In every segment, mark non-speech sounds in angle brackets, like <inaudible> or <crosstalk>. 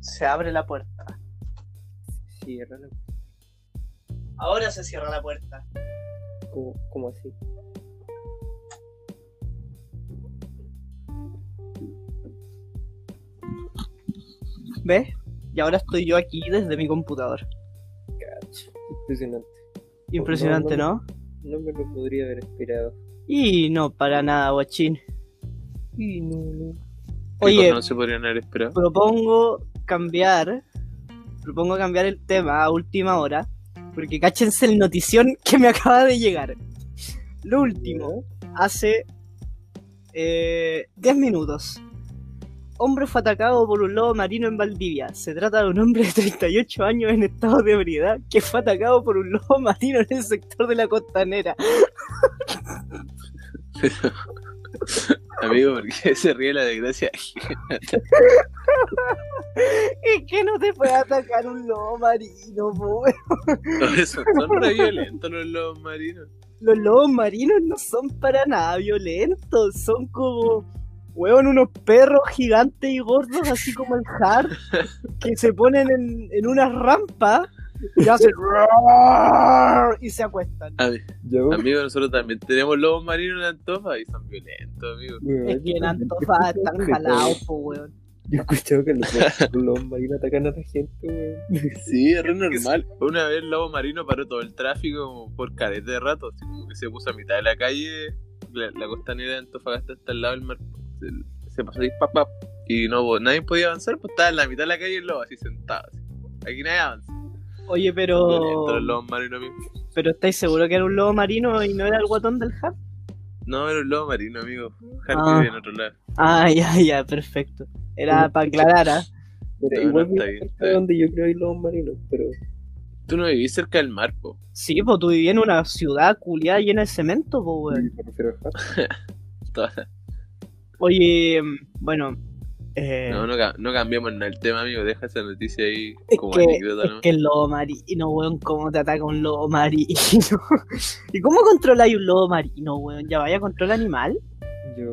se abre la puerta. Cierra la puerta. Ahora se cierra la puerta. ¿Cómo, cómo así? ¿Ves? Y ahora estoy yo aquí desde mi computador. Cacho. Impresionante. Impresionante, no, ¿no? No me lo podría haber esperado. Y no, para nada, guachín. Y no, no. Oye, no se podrían haber esperado. propongo cambiar. Propongo cambiar el tema a última hora. Porque cáchense el notición que me <laughs> acaba de llegar. Lo último. hace eh, 10 minutos. Hombre fue atacado por un lobo marino en Valdivia. Se trata de un hombre de 38 años en estado de ebriedad que fue atacado por un lobo marino en el sector de la costanera. <laughs> Amigo, porque se ríe la desgracia. <laughs> Es que no te puede atacar un lobo marino, po, weón. Por eso, son re violentos los lobos marinos. Los lobos marinos no son para nada violentos. Son como, weón, unos perros gigantes y gordos, así como el hard, que se ponen en, en una rampa y hacen roar y se acuestan. A- Ya, Amigo, nosotros también tenemos lobos marinos en Antofa y son violentos, amigo. weón, Es que en yo- Antofa yo- están yo- jalados, po, weón. Yo he escuchado que los, <laughs> los marinos atacan a la gente, weón. <laughs> Sí, es re normal. Una vez el lobo marino paró todo el tráfico como por carete de rato, así como que se puso a mitad de la calle, la, la costanera de Antofagasta está al lado del mar, se, se pasó ahí, pap, pap, y no, po- nadie podía avanzar, pues estaba en la mitad de la calle el lobo así sentado. así. Aquí nadie avanza. Oye, pero. Violento, los lobos marinos, amigo. Pero estáis seguro que era un lobo marino y no era el guatón del hard? No, era un lobo marino, amigo. Harry Ah. vive en otro lado. Ah, ya, ya, perfecto. Era para aclarar, ¿ah? Pero No, no, igual está vivo bien, cerca está de bien. donde yo creo hay los marinos, pero Tú no vivís cerca del mar, po. Sí, pues tú vivías en una ciudad culiada llena de cemento, po, weón. me refiero a Toda- Oye, mm, bueno, eh, No, no, ca- no cambiamos nada el tema, amigo. Deja esa noticia ahí es, como que, anécdota, es ¿no? que el lobo marino, weón, ¿cómo te ataca un lobo marino? <laughs> ¿Y cómo controláis un lobo marino, weón? ¿Ya vaya a controlar animal? <laughs> Yo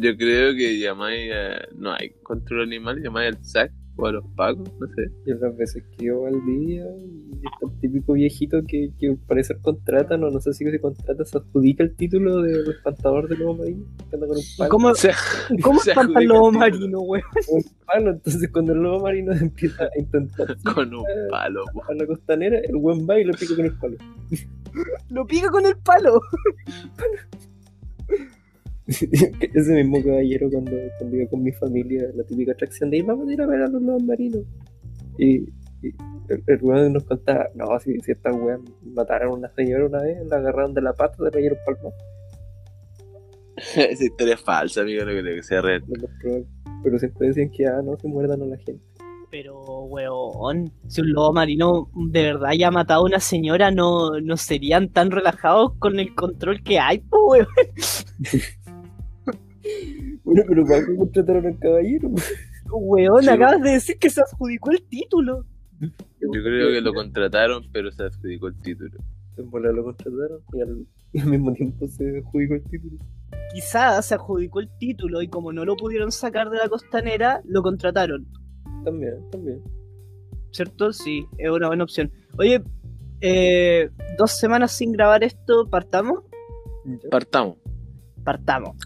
Yo creo que llamáis a... No hay control animal, llamáis al SAC o a los pacos, no sé. <laughs> yo las veces que yo al día y está el típico viejito que, que al parecer contratan o no sé si se contrata, se adjudica el título de espantador de los marinos, que anda con un ¿Y palo, ¿Cómo, sea, <laughs> ¿cómo sea, espanta el jugué lobo contigo. marino, weón? un palo, entonces cuando el lobo marino <laughs> empieza a intentar Con un Eh. palo, po. <laughs> a la costanera, el buen va y lo pica con el palo. <laughs> Lo pica con el palo. Ese mismo caballero cuando, cuando iba con mi familia, la típica atracción de "Ay, vamos a ir a ver a los lobos marinos. Y, y el, el weón nos contaba, no, si, si estas weas mataron a una señora una vez, la agarraron de la pata, se la dieron palmas. Esa historia es falsa, amigo. No creo que sea real. Pero siempre decían que ah, no se muerdan a la gente. Pero, weón, si un lobo marino de verdad haya matado a una señora, no, no serían tan relajados con el control que hay, po, weón. Bueno, pero ¿para qué contrataron al caballero? Weón, Sí, acabas de decir que se adjudicó el título. Yo creo que lo contrataron, pero se adjudicó el título. En bola lo contrataron y al, y al mismo tiempo se adjudicó el título. Quizás se adjudicó el título y como no lo pudieron sacar de la costanera, lo contrataron, También, también. ¿cierto? Sí, es una buena opción. Oye, eh, dos semanas sin grabar esto, ¿partamos? Ya. Partamos. Partamos.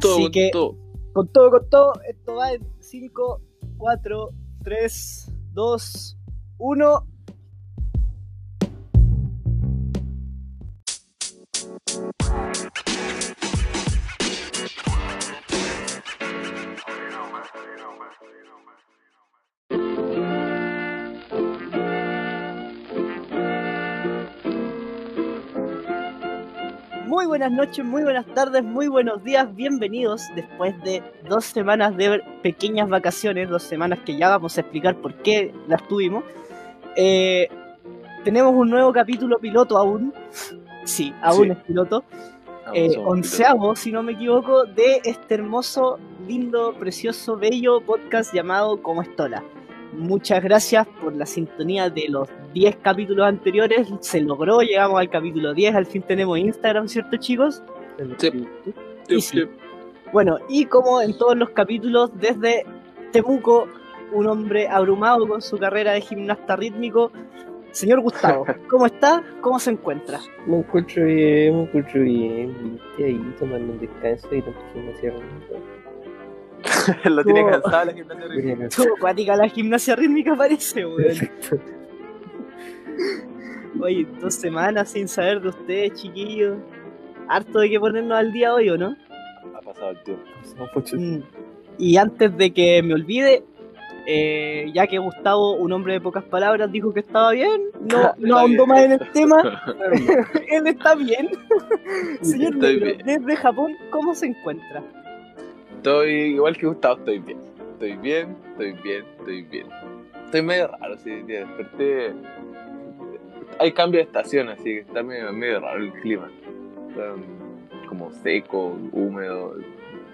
Todo, Así con que- todo. Con todo, con todo, esto va en 5, 4, 3, 2, 1. Muy buenas noches, muy buenas tardes, muy buenos días, bienvenidos después de dos semanas de pequeñas vacaciones, dos semanas que ya vamos a explicar por qué las tuvimos. Eh, tenemos un nuevo capítulo piloto aún, sí, aún Sí. es piloto, Vamos, eh, somos onceavo, si no me equivoco, de este hermoso, lindo, precioso, bello podcast llamado Como Estola. Muchas gracias por la sintonía de los 10 capítulos anteriores. Se logró, llegamos al capítulo 10. Al fin tenemos Instagram, ¿cierto, chicos? El- Sí. y pilotos. sí. Bueno, y como en todos los capítulos, desde Temuco, un hombre abrumado con su carrera de gimnasta rítmico. Señor Gustavo, ¿cómo está? ¿Cómo se encuentra? Me encuentro bien, me encuentro bien. Viste ahí tomando un descanso y tanto gimnasia rítmica. <laughs> Lo tiene No. cansada la gimnasia rítmica. <laughs> Mira, Estuvo acuática la gimnasia rítmica parece, weón. perfecto. Oye, dos semanas sin saber de ustedes, chiquillos. Harto de que ponernos al día hoy, ¿o no? Ha pasado el tiempo. Pasamos mucho Mm. Y antes de que me olvide, eh, ya que Gustavo, un hombre de pocas palabras, dijo que estaba bien, no, Ah, Está no ahondó bien. más en el tema, <laughs> <laughs> él está bien. Señor Estoy Negro, bien. desde Japón, ¿cómo se encuentra? Estoy igual que Gustavo, estoy bien. Estoy bien, estoy bien, estoy bien. Estoy medio raro, sí, hoy día desperté. Hay cambio de estación, así que está medio, medio raro el clima. Está mm, como seco, húmedo,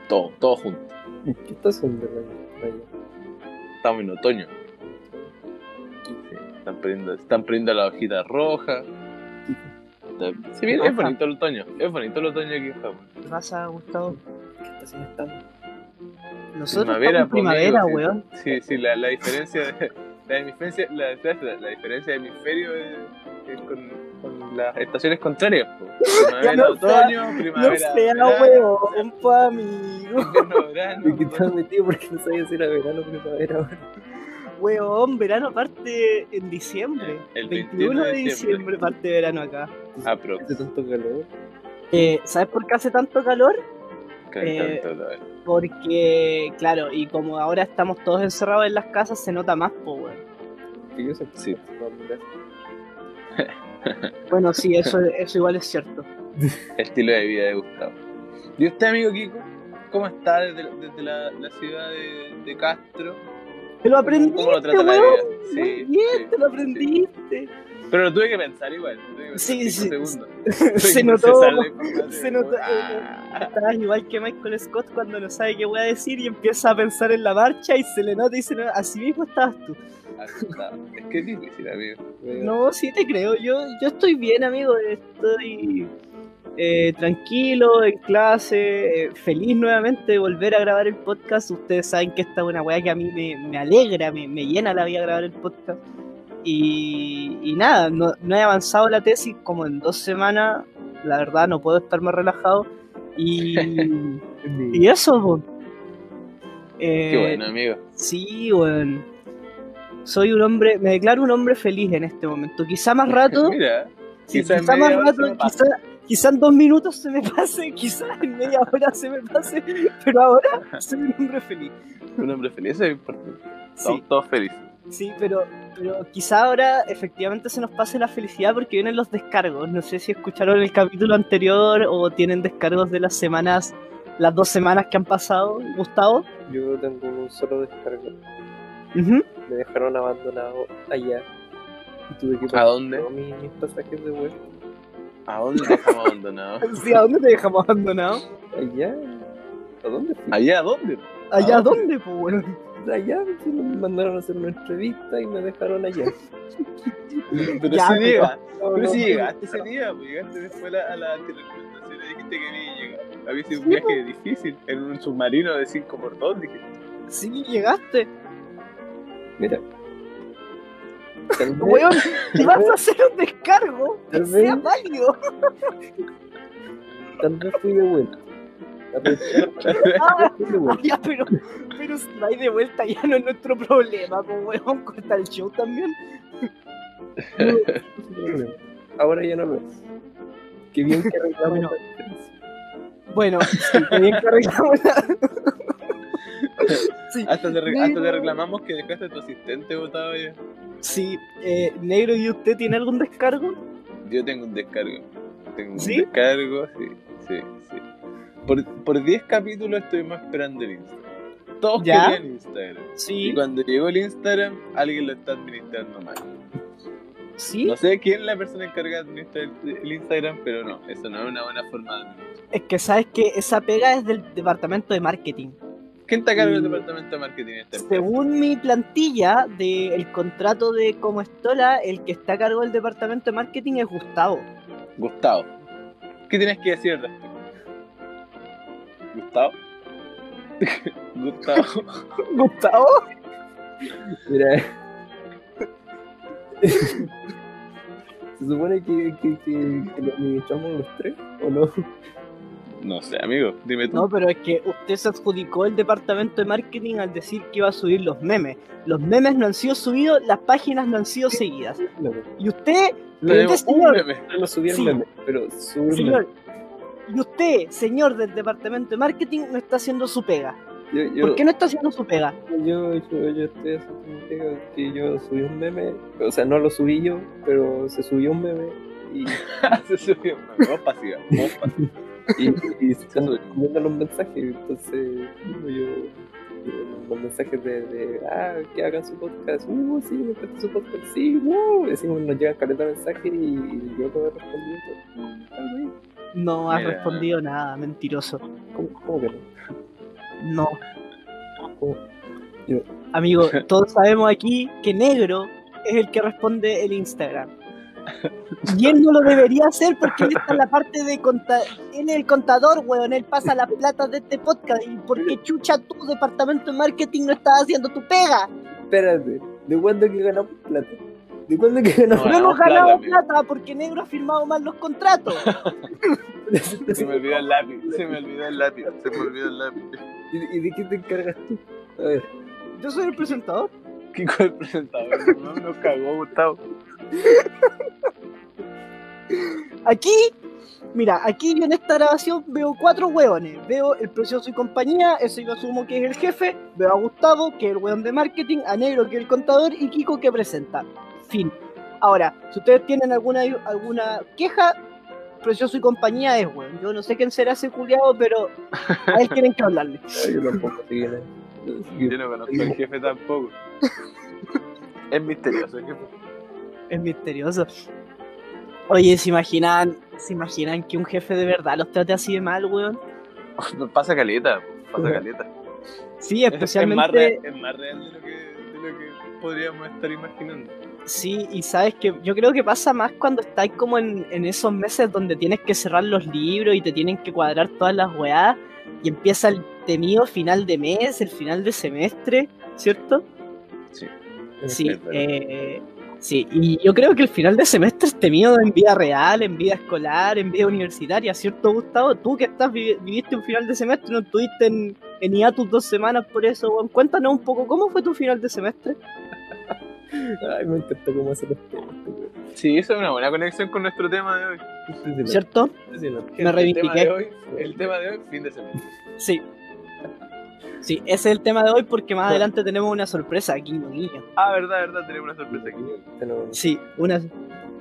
todo, todo junto. ¿Qué estás haciendo, Ryan? Estamos en otoño. Sí, están prendiendo, están prendiendo la hojita roja. Está- Sí, bien, es bonito el otoño. Es bonito el otoño aquí en Japón. ¿Qué pasa, Gustavo? ¿Qué estás haciendo? Nosotros Primavera, estamos en primavera, pues, amigo, weón. Sí, sí, la, la diferencia de, la, diferencia, la, la- la diferencia de hemisferio es, es con, con las estaciones contrarias. <laughs> po. Primavera, no otoño, No primavera, sea verano, weón, pa' amigo. invierno, <laughs> verano. ¿Qué estás metido? ¿Por qué no sabía si era verano o primavera ahora? Weón, verano parte en diciembre. El 21 de diciembre diciembre. parte verano acá. Ah, pero- Hace tanto calor. Eh, ¿Sabes por qué hace tanto calor? Eh, Calentando, a ver. Porque, claro, y como ahora estamos todos encerrados en las casas, se nota más, po, weón. Que yo siempre Sí. Bueno, <laughs> sí, eso, eso igual es cierto. Estilo de vida de Gustavo. ¿Y usted, amigo Kiko? ¿Cómo está desde, la- desde la, la ciudad de, de Castro? Te lo ¿Cómo- aprendiste, ¿Cómo lo trata la weón. vida? Muy Sí, bien, sí, te lo sí. aprendiste. Pero lo tuve que pensar igual. lo tuve que pensar Sí, sí, cinco segundos. <laughs> Se Porque notó. sale, pues, se notó. ah. Estabas igual que Michael Scott cuando no sabe qué voy a decir y empieza a pensar en la marcha y se le nota y se le nota. Así mismo estabas tú. Asustado. Es que es difícil, amigo. No, sí te creo. Yo, yo estoy bien, amigo. Estoy eh, tranquilo, en clase, eh, feliz nuevamente de volver a grabar el podcast. Ustedes saben que esta es una weá que a mí me, me alegra, me, me llena la vida grabar el podcast. Y, y nada, no, no he avanzado la tesis como en dos semanas. La verdad, no puedo estar más relajado. <laughs> Y, y eso, po. Qué Eh, bueno, amigo. Sí, weón. Soy un hombre, me declaro un hombre feliz en este momento. Quizá más rato, Mira, sí, <laughs> quizá quizá, en más media hora rato, se me quizá, pasa. quizá en dos minutos se me pase, <laughs> quizá en media hora se me pase, pero ahora soy un hombre feliz. un hombre feliz eso es importante. Sí, Estamos todos felices. sí, pero, pero quizá ahora efectivamente se nos pase la felicidad porque vienen los descargos. No sé si escucharon el capítulo anterior o tienen descargos de las semanas, las dos semanas que han pasado, <laughs> Gustavo. Yo tengo un solo descargo. Ujú. Me dejaron abandonado allá. Y tuve que ¿A dónde? todos mis, mis pasajes de vuelta. ¿A dónde te <laughs> dejamos abandonado? Sí, ¿a dónde te dejamos abandonado? Allá. ¿A dónde fui? ¿Allá a dónde? ¿Allá Ah. dónde, pues, weón? Allá. porque Me mandaron a hacer una entrevista y me dejaron allá. <laughs> Pero Ya, si pero- llega. No, Pero no, si no, llegaste ese día, pues llegaste después a, a la telecomunicación y dijiste que ni llegar. Había sido un Sí, pues. viaje difícil en un submarino de 5x2. Dije, Sí, llegaste. Mira. Tal vez- Weón, si vas a hacer un descargo, que Tal sea vez- válido. <laughs> Tal vez fui de vuelta. Tal vez Ah, fui de vuelta. ya, pero, pero si no hay de vuelta, ya no es nuestro problema, pues, weón, corta el show también. No hay problema. Ahora ya no lo es. Qué bien que arreglamos Bueno. la diferencia. Bueno, sí, qué bien que arreglamos la- Sí, pues. hasta, te, re- Mira. hasta te reclamamos que dejaste a tu asistente botado allá. sí eh, negro, ¿y usted tiene algún descargo? Yo tengo un descargo. Tengo ¿Sí? un descargo, sí, sí, sí. Por, por 10 capítulos estuvimos esperando el Instagram. Todos ¿Ya? querían Instagram. Y Sí, cuando llegó el Instagram, alguien lo está administrando mal. sí, No sé quién es la persona encargada de administrar el el Instagram, pero no, eso no es una buena forma de administrar. es que sabes que esa pega es del departamento de marketing. ¿Quién está a cargo del Mm. departamento de marketing este de esta empresa? Según mi plantilla del contrato de Como Estola, el que está a cargo del departamento de marketing es Gustavo. Gustavo. ¿Qué tienes que decir al respecto? <laughs> Gustavo. Gustavo. <laughs> ¿Gustavo? Mira. <laughs> ¿Se supone que, que, que, que lo administramos los tres o no? <laughs> No sé, amigo, dime tú. No, pero es que usted se adjudicó el departamento de marketing al decir que iba a subir los memes. Los memes no han sido subidos, las páginas no han sido seguidas. No, Y usted, Le pero debo este un señor- meme. no subí el Sí. meme, pero subí el meme. señor, y usted, señor del departamento de marketing, no está haciendo su pega. Yo, yo, ¿Por qué no está haciendo su pega? yo, yo, yo estoy haciendo un video que yo subí un meme, o sea, no lo subí yo, pero se subió un meme y, Se subió un meme. Vos pasiva, vos pasiva. y, y se están subiendo los mensajes, entonces yo, yo- los mensajes de, de, ah, que hagan su podcast, uh, sí, me encanta su podcast, sí, uh, y así como nos llegan caleta de mensajes y, yo acabo de responder, No ha Mira. respondido nada, mentiroso. ¿cómo, cómo que no? No. ¿Cómo? Amigo, todos sabemos aquí que negro es el que responde el Instagram. Y él no lo debería hacer porque él está en la parte de contar. Él es el contador, weón. Él pasa las platas de este podcast. ¿Y por qué chucha tu departamento de marketing no estás haciendo tu pega? Espérate, ¿de cuándo que ganamos plata? ¿De cuándo que ganamos No hemos Ganamos plata, ganado amigo. plata, porque negro ha firmado mal los contratos. plata? Se me olvidó el lápiz, se me olvidó el lápiz, se me olvidó el lápiz. <laughs> <laughs> ¿Y, y de qué te encargas tú? A ver, Yo soy el presentador. ¿Qué con el presentador? No, nos cagó Gustavo. Aquí, mira, aquí yo en esta grabación veo cuatro hueones. Veo el precioso y compañía, ese yo asumo que es el jefe. Veo a Gustavo, que es el hueón de marketing, a Negro, que es el contador, y Kiko, que presenta. Fin. Ahora, si ustedes tienen alguna, alguna queja, precioso y compañía es hueón. Yo no sé quién será ese culiado, pero a él tienen que <laughs> hablarle. yo tampoco sé quién es. Yo no conozco al jefe tampoco. <laughs> Es misterioso el jefe. Es misterioso. Oye, ¿se imaginan, ¿se imaginan que un jefe de verdad los trate así de mal, weón? Pasa caleta, pasa caleta. Sí, Es- Es, más <laughs> especialmente... real, es más real de lo, que, de lo que podríamos estar imaginando. Sí, y sabes que yo creo que pasa más cuando estás como en, en esos meses donde tienes que cerrar los libros y te tienen que cuadrar todas las weadas y empieza el temido final de mes, el final de semestre, ¿cierto? Sí. Sí, es verdad. eh, sí, y yo creo que el final de semestre es temido en vida real, en vida escolar, en vida universitaria, ¿cierto, Gustavo? Tú que estás vi- viviste un final de semestre, no estuviste en, en IA tus dos semanas por eso, weón. cuéntanos un poco, ¿cómo fue tu final de semestre? Ay, me encantó cómo hacer los temas. este güey. Este Sí, eso es una buena conexión con nuestro tema de hoy. pues. Impresionante, ¿Cierto? impresionante. Me El tema reivindiqué. de hoy, el tema de hoy fin de semana. Sí. Sí, ese es el tema de hoy porque más Bueno. adelante tenemos una sorpresa, guiño, guiño. Ah, verdad, verdad, tenemos una sorpresa aquí. Este no- Sí, una...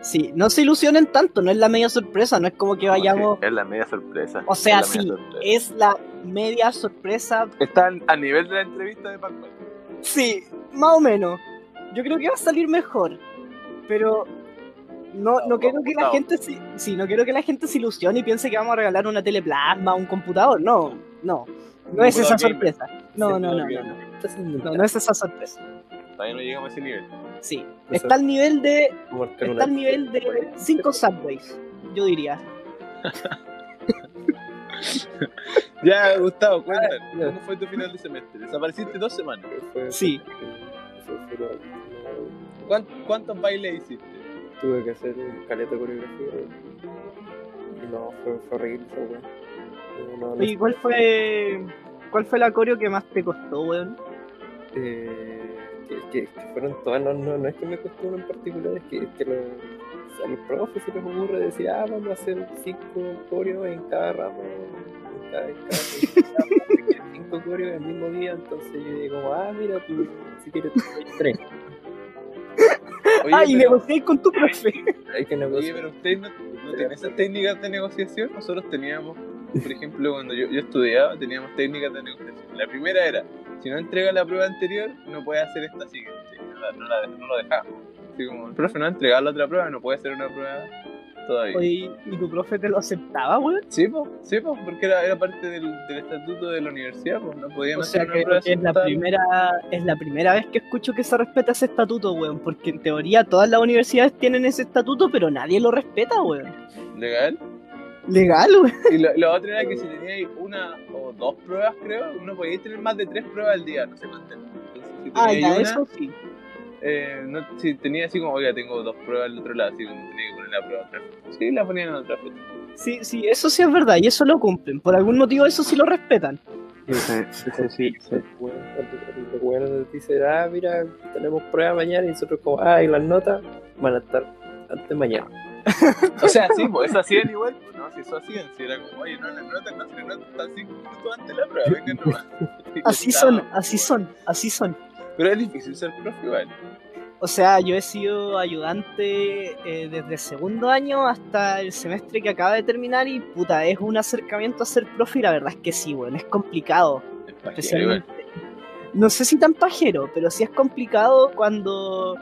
Sí, no se ilusionen tanto, no es la media sorpresa, no es como que vayamos... Sí, es la media sorpresa. O sea, es la media sí, sorpresa. Es la media sorpresa, Está al- a nivel de la entrevista de Pac-Man. sí, más o menos. Yo creo que va a salir mejor, pero... No, no quiero que la Gustavo. gente se, sí, no quiero que la gente se ilusione y piense que vamos a regalar una teleplasma, un computador. No, no. No es esa Computador gamer. sorpresa. No, no, no, no, no. Estás inventando. No, no es esa sorpresa. Todavía no llegamos a ese nivel. Sí. Esa- Está al nivel de Vamos a marcar Está una- al nivel de 5 subways, yo diría. Ya, Gustavo, cuéntanos. ya. ¿Cómo fue tu final de semestre? Desapareciste dos semanas. Fue- Sí. fue- fue- fue- no, ¿Cuán- ¿Cuántos bailes hiciste? Tuve que hacer un caleta de coreografía. güey. Y no, fue, fue horrible esa weá. No, no, no Oye, ¿cuál fue, cuál fue el acorio que más te costó, weón? Eh, que, que- que fueron todas, no, no, no es que me costó uno en particular, es que, que lo- a los profes se les ocurre decir, ah, vamos a hacer cinco coreos en cada ramo, en cada, <laughs> en cada- en cada ramo, se quieren cinco coreos el mismo día, entonces yo digo, ah, mira, tú, si quieres, tú tienes tres. Oye, Ah, y pero- negocié con tu profe. <laughs> Hay que Oye, negociar. pero ustedes no, no tienen esas técnicas de negociación. Nosotros teníamos, por ejemplo, cuando yo, yo estudiaba, teníamos técnicas de negociación. La primera era, si no entrega la prueba anterior, no puede hacer esta siguiente. No, la- no, la- no lo dejamos. Así como, el profe no ha entregado la otra prueba, no puede hacer una prueba todavía. Oye, ¿y tu profe te lo aceptaba, weón? Sí, po, sí, po, porque era, era parte del, del estatuto de la universidad, pues no podían O hacer sea una que prueba es la, sentada. primera, es la primera vez que escucho que se respeta ese estatuto, weón. Porque en teoría todas las universidades tienen ese estatuto, pero nadie lo respeta, weón. ¿Legal? Legal, güey. Y lo, lo otro era que si teníais una o dos pruebas, creo, no podíais tener más de tres pruebas al día, no sé cuántas. Entonces, si Ah, teníais ya, una, eso sí. eh, no- si tenía así como, oiga, tengo dos pruebas del otro lado, así como tenía que poner la prueba a otra fecha. Sí, la ponían en otra fecha. Sí, sí, eso sí es verdad y eso lo cumplen. Por algún motivo eso sí lo respetan. Eso sí, el weón- el- el weón nos dice, ah, mira, tenemos prueba mañana y nosotros como, ah, y las notas van a estar antes de mañana. O sea, sí, pues eso hacían igual, pues, ¿no? Si eso hacían, si era como, oye, no las notas, no se notas, están cinco minutos antes de la prueba, venga nomás. <laughs> Así Estaban, son, así pues. son, así son. Pero es difícil ser profe igual. O sea, yo he sido ayudante eh, desde segundo año hasta el semestre que acaba de terminar y puta, es un acercamiento a ser profe y la verdad es que sí, weón, es complicado. Es pajero igual. Especialmente. No sé si tan pajero, pero sí es complicado cuando,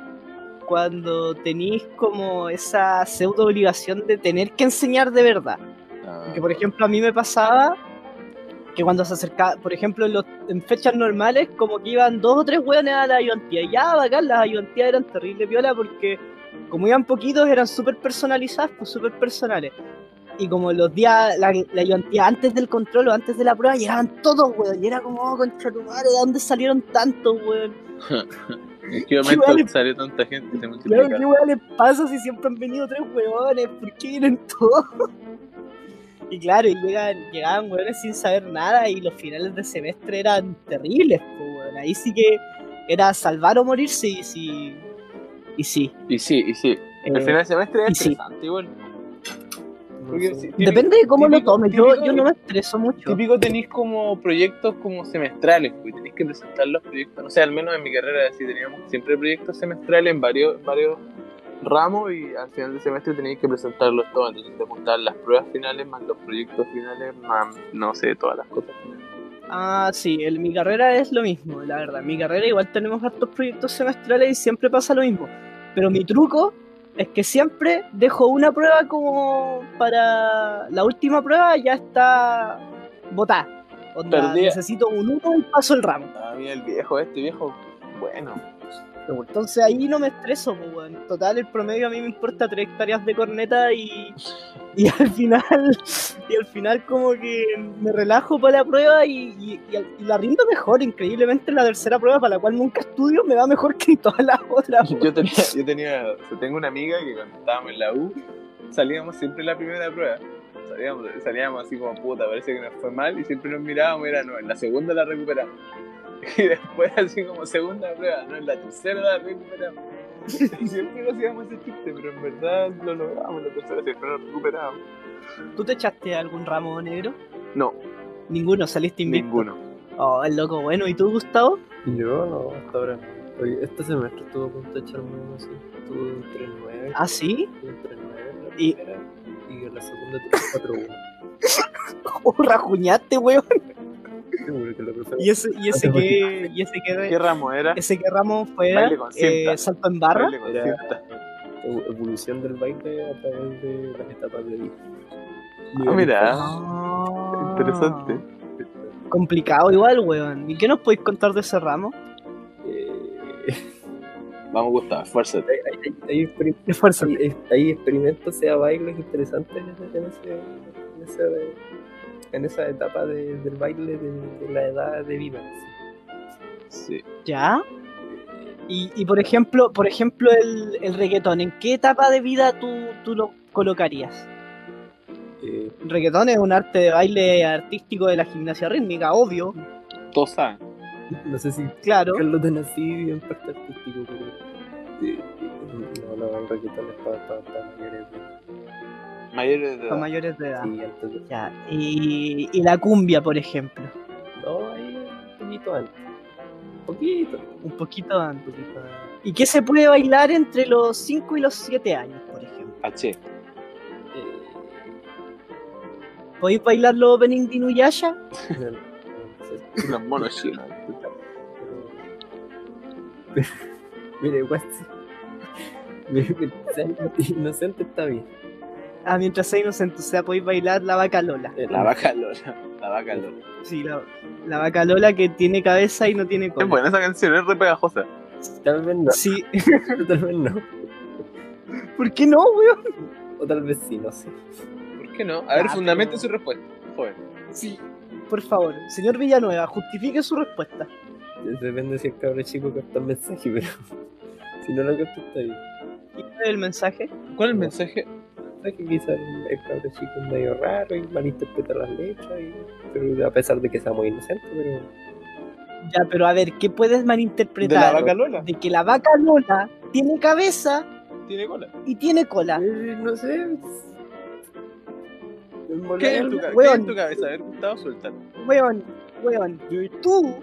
cuando tenéis como esa pseudo obligación de tener que enseñar de verdad. Ah, Que por ejemplo a mí me pasaba que cuando se acercaba, por ejemplo en, los- en fechas normales, como que iban dos o tres hueones a la ayudantía. Y ya, bacán, las ayudantías eran terrible piola porque como iban poquitos eran súper personalizadas, pues súper personales. Y como los días, la, la ayudantía antes del control o antes de la prueba llegaban todos, weón. Y era como, oh, contra tu madre, ¿de dónde salieron tantos, weón? ¿En qué Qué momento vale. salió tanta gente? Se multiplica. Claro, ¿qué weá les pasa si siempre han venido tres weones? ¿Por qué vienen todos? <laughs> Y claro, y llegan, llegaban weones sin saber nada y los finales de semestre eran terribles, po, weón. Ahí sí que era salvar o morirse y sí. Y sí. Y sí, y sí. eh, El final de semestre y es sí. estresante igual. Porque sí, típico- Depende de cómo lo típico- tomes, yo, típico- yo no me estreso mucho. Típico tenéis como proyectos como semestrales, pues tenéis que presentar los proyectos, no sé, al menos en mi carrera sí teníamos siempre proyectos semestrales en varios, varios ramos y al final del semestre tenéis que presentarlos todos, entonces te juntaban las pruebas finales más los proyectos finales más, no sé, todas las cosas. Ah, sí, en mi carrera es lo mismo, la verdad. En mi carrera igual tenemos hartos proyectos semestrales y siempre pasa lo mismo. Pero mi truco es que siempre dejo una prueba como para la última prueba ya está botada. Onda, Perdida. necesito un uno y paso el ramo. A mí el viejo, este viejo, bueno, Entonces ahí no me estreso, pues, weón. Total, el promedio a mí me importa 3 hectáreas de corneta y, y al final y al final como que me relajo para la prueba y, y- y al- y la rindo mejor, increíblemente en la tercera prueba para la cual nunca estudio me va mejor que en todas las otras. weón. <laughs> yo tenía, yo tenía, o sea, tengo una amiga que cuando estábamos en la U salíamos siempre la primera prueba. Salíamos, salíamos así como puta, parece que nos fue mal y siempre nos mirábamos, y era no, en la segunda la recuperamos. <laughs> Y después así como segunda prueba, no, en la tercera la recuperamos. <laughs> Y siempre lo hacíamos ese chiste, pero en verdad lo logramos, la tercera siempre lo recuperamos. ¿Tú te echaste algún ramo negro? No, Ninguno, saliste invicto. ninguno. Oh, el loco bueno. ¿Y tú, Gustavo? Yo no, hasta ahora no. Oye, este semestre estuvo a punto de echarme uno así. Estuve un 3-9. ¿Ah, sí? <laughs> estuve un 3-9 en la Y- primera. Y en la segunda 3-4-1. Oh, rajuñaste, weón. Seguro que la profe. ¿Y ese, y ese que... Y ese ¿Qué que... ramo era? Ese que ramo fue Baile con cinta. eh, salto en barra. Baile con Era- cinta. evo- Evolución del baile a través de las etapas de vida. Ah, mira, Ah. interesante. Complicado igual, weón. ¿Y qué nos podéis contar de ese ramo? Eh, Vamos, Gustavo, esfuérzate. hay, hay- eh, hay <laughs> experim- Esfuérzate. hay- hay experimentos, sea bailes interesantes en, ese- en ese- en ese- en esa etapa de- del baile de, de la edad de vida. así. Sí. ¿Ya? Y, y por ejemplo, por ejemplo el, el reggaetón, ¿en qué etapa de vida tú, tú lo colocarías? Eh, El reggaetón es un arte de baile artístico de la gimnasia rítmica, obvio, Todos saben. no sé si claro. Carlos de Nacidio en parte artístico, pero. eh, eh, no, no, el reggaetón es para, para, mayores de Mayores de Para edad. mayores de edad. sí, antes de- Ya. Y, y la cumbia, por ejemplo, No, ahí un poquito antes. Poquito, un un poquito antes. poquito antes. ¿Y qué se puede bailar entre los 5 y los 7 años, por ejemplo? H. Eh, ¿Podéis bailar los opening de Inuyasha? no, no sé. Los monos chinos. <laughs> Pero- Mire, Watts. Mire, ser <laughs> inocente está bien. Ah, mientras sea inocente, o sea, podéis bailar la vaca Lola. Eh, La vaca Lola. La vaca Lola. Sí, la, la vaca Lola que tiene cabeza y no tiene cola. Es buena esa canción, es re pegajosa. Tal vez no, <laughs> Sí, <laughs> tal vez no. ¿por qué no, weón? O tal vez sí, no sé. ¿Por que no. A ver, Ya, fundamente pero- su respuesta, joven. Sí, por favor, señor Villanueva, justifique su respuesta. Depende si el cabrón chico capta el mensaje, pero <laughs> si no lo capta está bien. ¿Y cuál es el mensaje? ¿Cuál es el mensaje? Quizás que quizá el, el cabrón chico es medio raro y malinterpreta las letras, y- pero a pesar de que sea muy inocente, pero Ya, pero a ver, ¿qué puedes De la malinterpretar? vaca Lola. De que la vaca Lola tiene cabeza Tiene cola. y tiene cola. Eh, no sé. ¿Qué hay en tu, ca- qué hay Weón. en tu cabeza? A ver, Gustavo, suéltalo. Weón, weón, tú,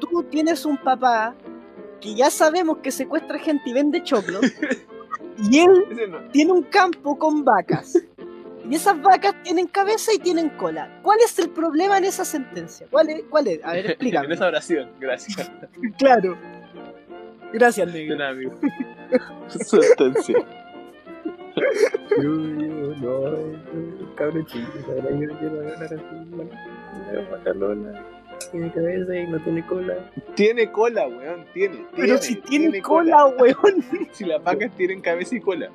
tú tienes un papá que ya sabemos que secuestra gente y vende <laughs> choclo. y él Ese no. tiene un campo con vacas. Y esas vacas tienen cabeza y tienen cola. ¿Cuál es el problema en esa sentencia? ¿Cuál es? ¿Cuál es? A <laughs> ver, En explícame. esa oración, <laughs> gracias. Claro. Gracias, De negro. nada, <laughs> amigo. Sentencia. Cabrón chico, la verdad yo yo la voy a ganar así, la- la bacalola, tiene cabeza y no tiene cola. Tiene cola, weón, tiene. Pero si tienen cola, weón. <laughs> Si las vacas tienen cabeza y cola.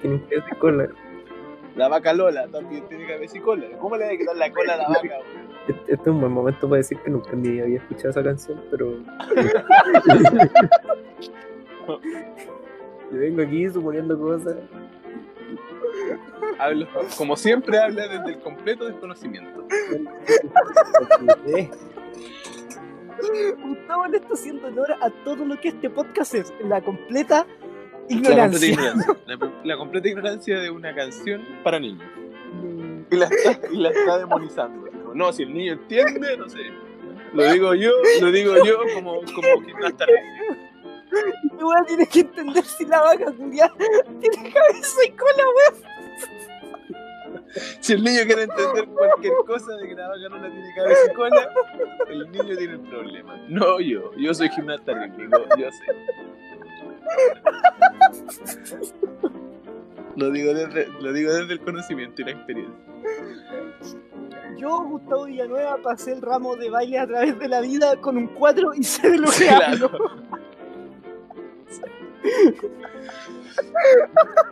Tiene cabeza y cola. La vaca Lola también tiene cabeza y cola. ¿Cómo le voy a quitar la cola a la vaca, weón? Este, este es un buen momento para decir que nunca en mi vida había escuchado esa canción, pero. <laughs> Yo vengo aquí suponiendo cosas. Hablo, como siempre, habla desde el completo desconocimiento. Eh, Gustavo le está haciendo honor a todo lo que este podcast es. La completa La completa <laughs> ignorancia. ignorancia. La, la completa ignorancia de una canción para niños. Y la está, y la está demonizando. Como, No, si el niño entiende, no sé. Lo digo yo, lo digo yo como, como gimnasta rítmica. Este weón tiene que entender si la vaca culiá tiene cabeza y cola. Si el niño quiere entender cualquier cosa de que la vaca no la tiene cabeza y cola, el niño tiene el problema. No yo, yo soy gimnasta rítmico, yo sé. Lo digo, desde, lo digo desde el conocimiento y la experiencia. Yo, Gustavo Villanueva, pasé el ramo de baile a través de la vida con un 4 y sé de lo que hablo. Claro.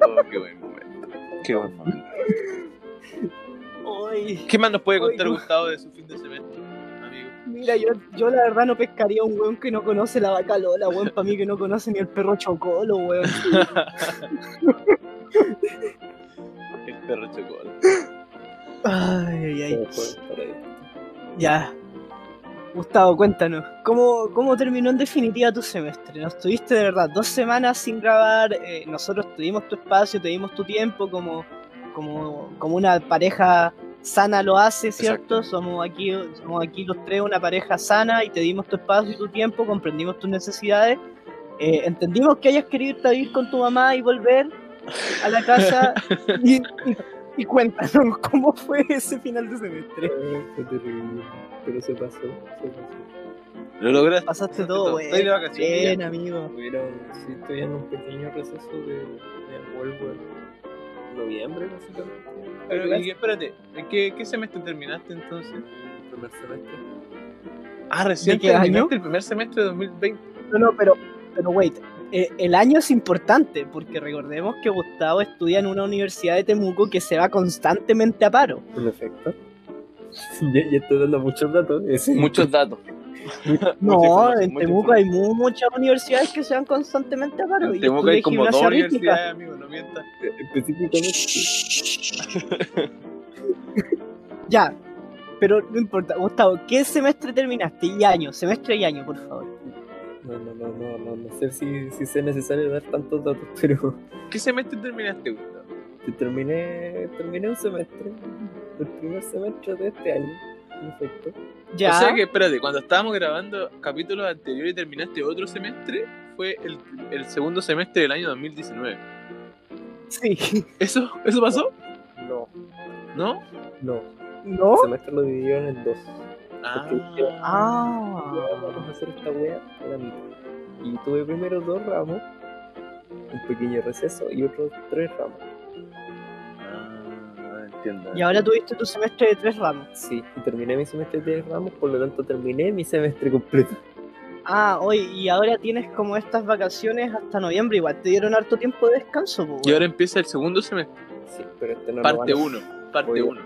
Oh, qué buen momento. Qué buen momento. Ay, ¿Qué más nos puede Ay, contar no. Gustavo de su fin de semestre, <laughs> amigo? mira, yo, yo la verdad no pescaría a un weón que no conoce la vaca Lola, weón, para mí que no conoce ni el perro Chocolo, weón. El perro chocolate. Ay, ay, se ay. me fue por ahí. Ya. Gustavo, cuéntanos, ¿cómo, ¿cómo terminó en definitiva tu semestre? Nos tuviste de verdad dos semanas sin grabar, eh, nosotros te dimos tu espacio, te dimos tu tiempo, como, como, como una pareja sana lo hace, ¿cierto? Exacto. Somos aquí, somos aquí los tres una pareja sana y te dimos tu espacio y tu tiempo, comprendimos tus necesidades, eh, entendimos que hayas querido irte a vivir con tu mamá y volver a la casa y, y- y cuéntanos cómo fue ese final de semestre. Eh, Fue terrible, pero se pasó, se pasó. Lo lograste. Pasaste todo, güey. Estoy de vacaciones. Bien, amigo. Hubieron, sí, estoy en un pequeño receso de, de vuelvo en noviembre, básicamente. Pero, y, el espérate, ¿en qué, qué semestre terminaste entonces? primer semestre. Ah, recién ¿De qué terminaste año? el primer semestre de 2020. No, no, pero, pero wait. eh, el año es importante porque recordemos que Gustavo estudia en una universidad de Temuco que se va constantemente a paro. En efecto. <laughs> Ya, ya estoy dando muchos datos. Es Muchos <laughs> datos. Mucha No, información, en mucha Temuco hay mu- muchas universidades que se van constantemente a paro. información. y En Temuco hay estudié como dos gimnasia rítmica. universidades, amigo, no mientas. específicamente. Ya, pero no importa. Gustavo, ¿qué semestre terminaste? Y año, semestre y año, por favor. No, no, no, no, no, no sé si, si sea necesario dar tantos datos, <laughs> pero ¿Qué semestre terminaste, Gustavo? te terminé, terminé un semestre. El primer semestre de este año. En efecto. Ya, O sea que, espérate, cuando estábamos grabando capítulos anteriores y terminaste otro semestre, fue el, el segundo semestre del año 2019. sí. <laughs> ¿Eso, ¿Eso pasó? No, ¿No? no. ¿No? El semestre lo dividieron en dos. Ah, Ah. vamos a hacer esta wea a la mitad. Y tuve primero dos ramos, un pequeño receso y otros tres ramos. Ah, entiendo. Y ahora tuviste tu semestre de tres ramos. Sí, y terminé mi semestre de tres ramos, por lo tanto terminé mi semestre completo. Ah, hoy, y ahora tienes como estas vacaciones hasta noviembre, igual te dieron harto tiempo de descanso, po, Y weón. ahora empieza el segundo semestre. Sí, pero este no lo van Parte a- 1, parte Voy a- 1.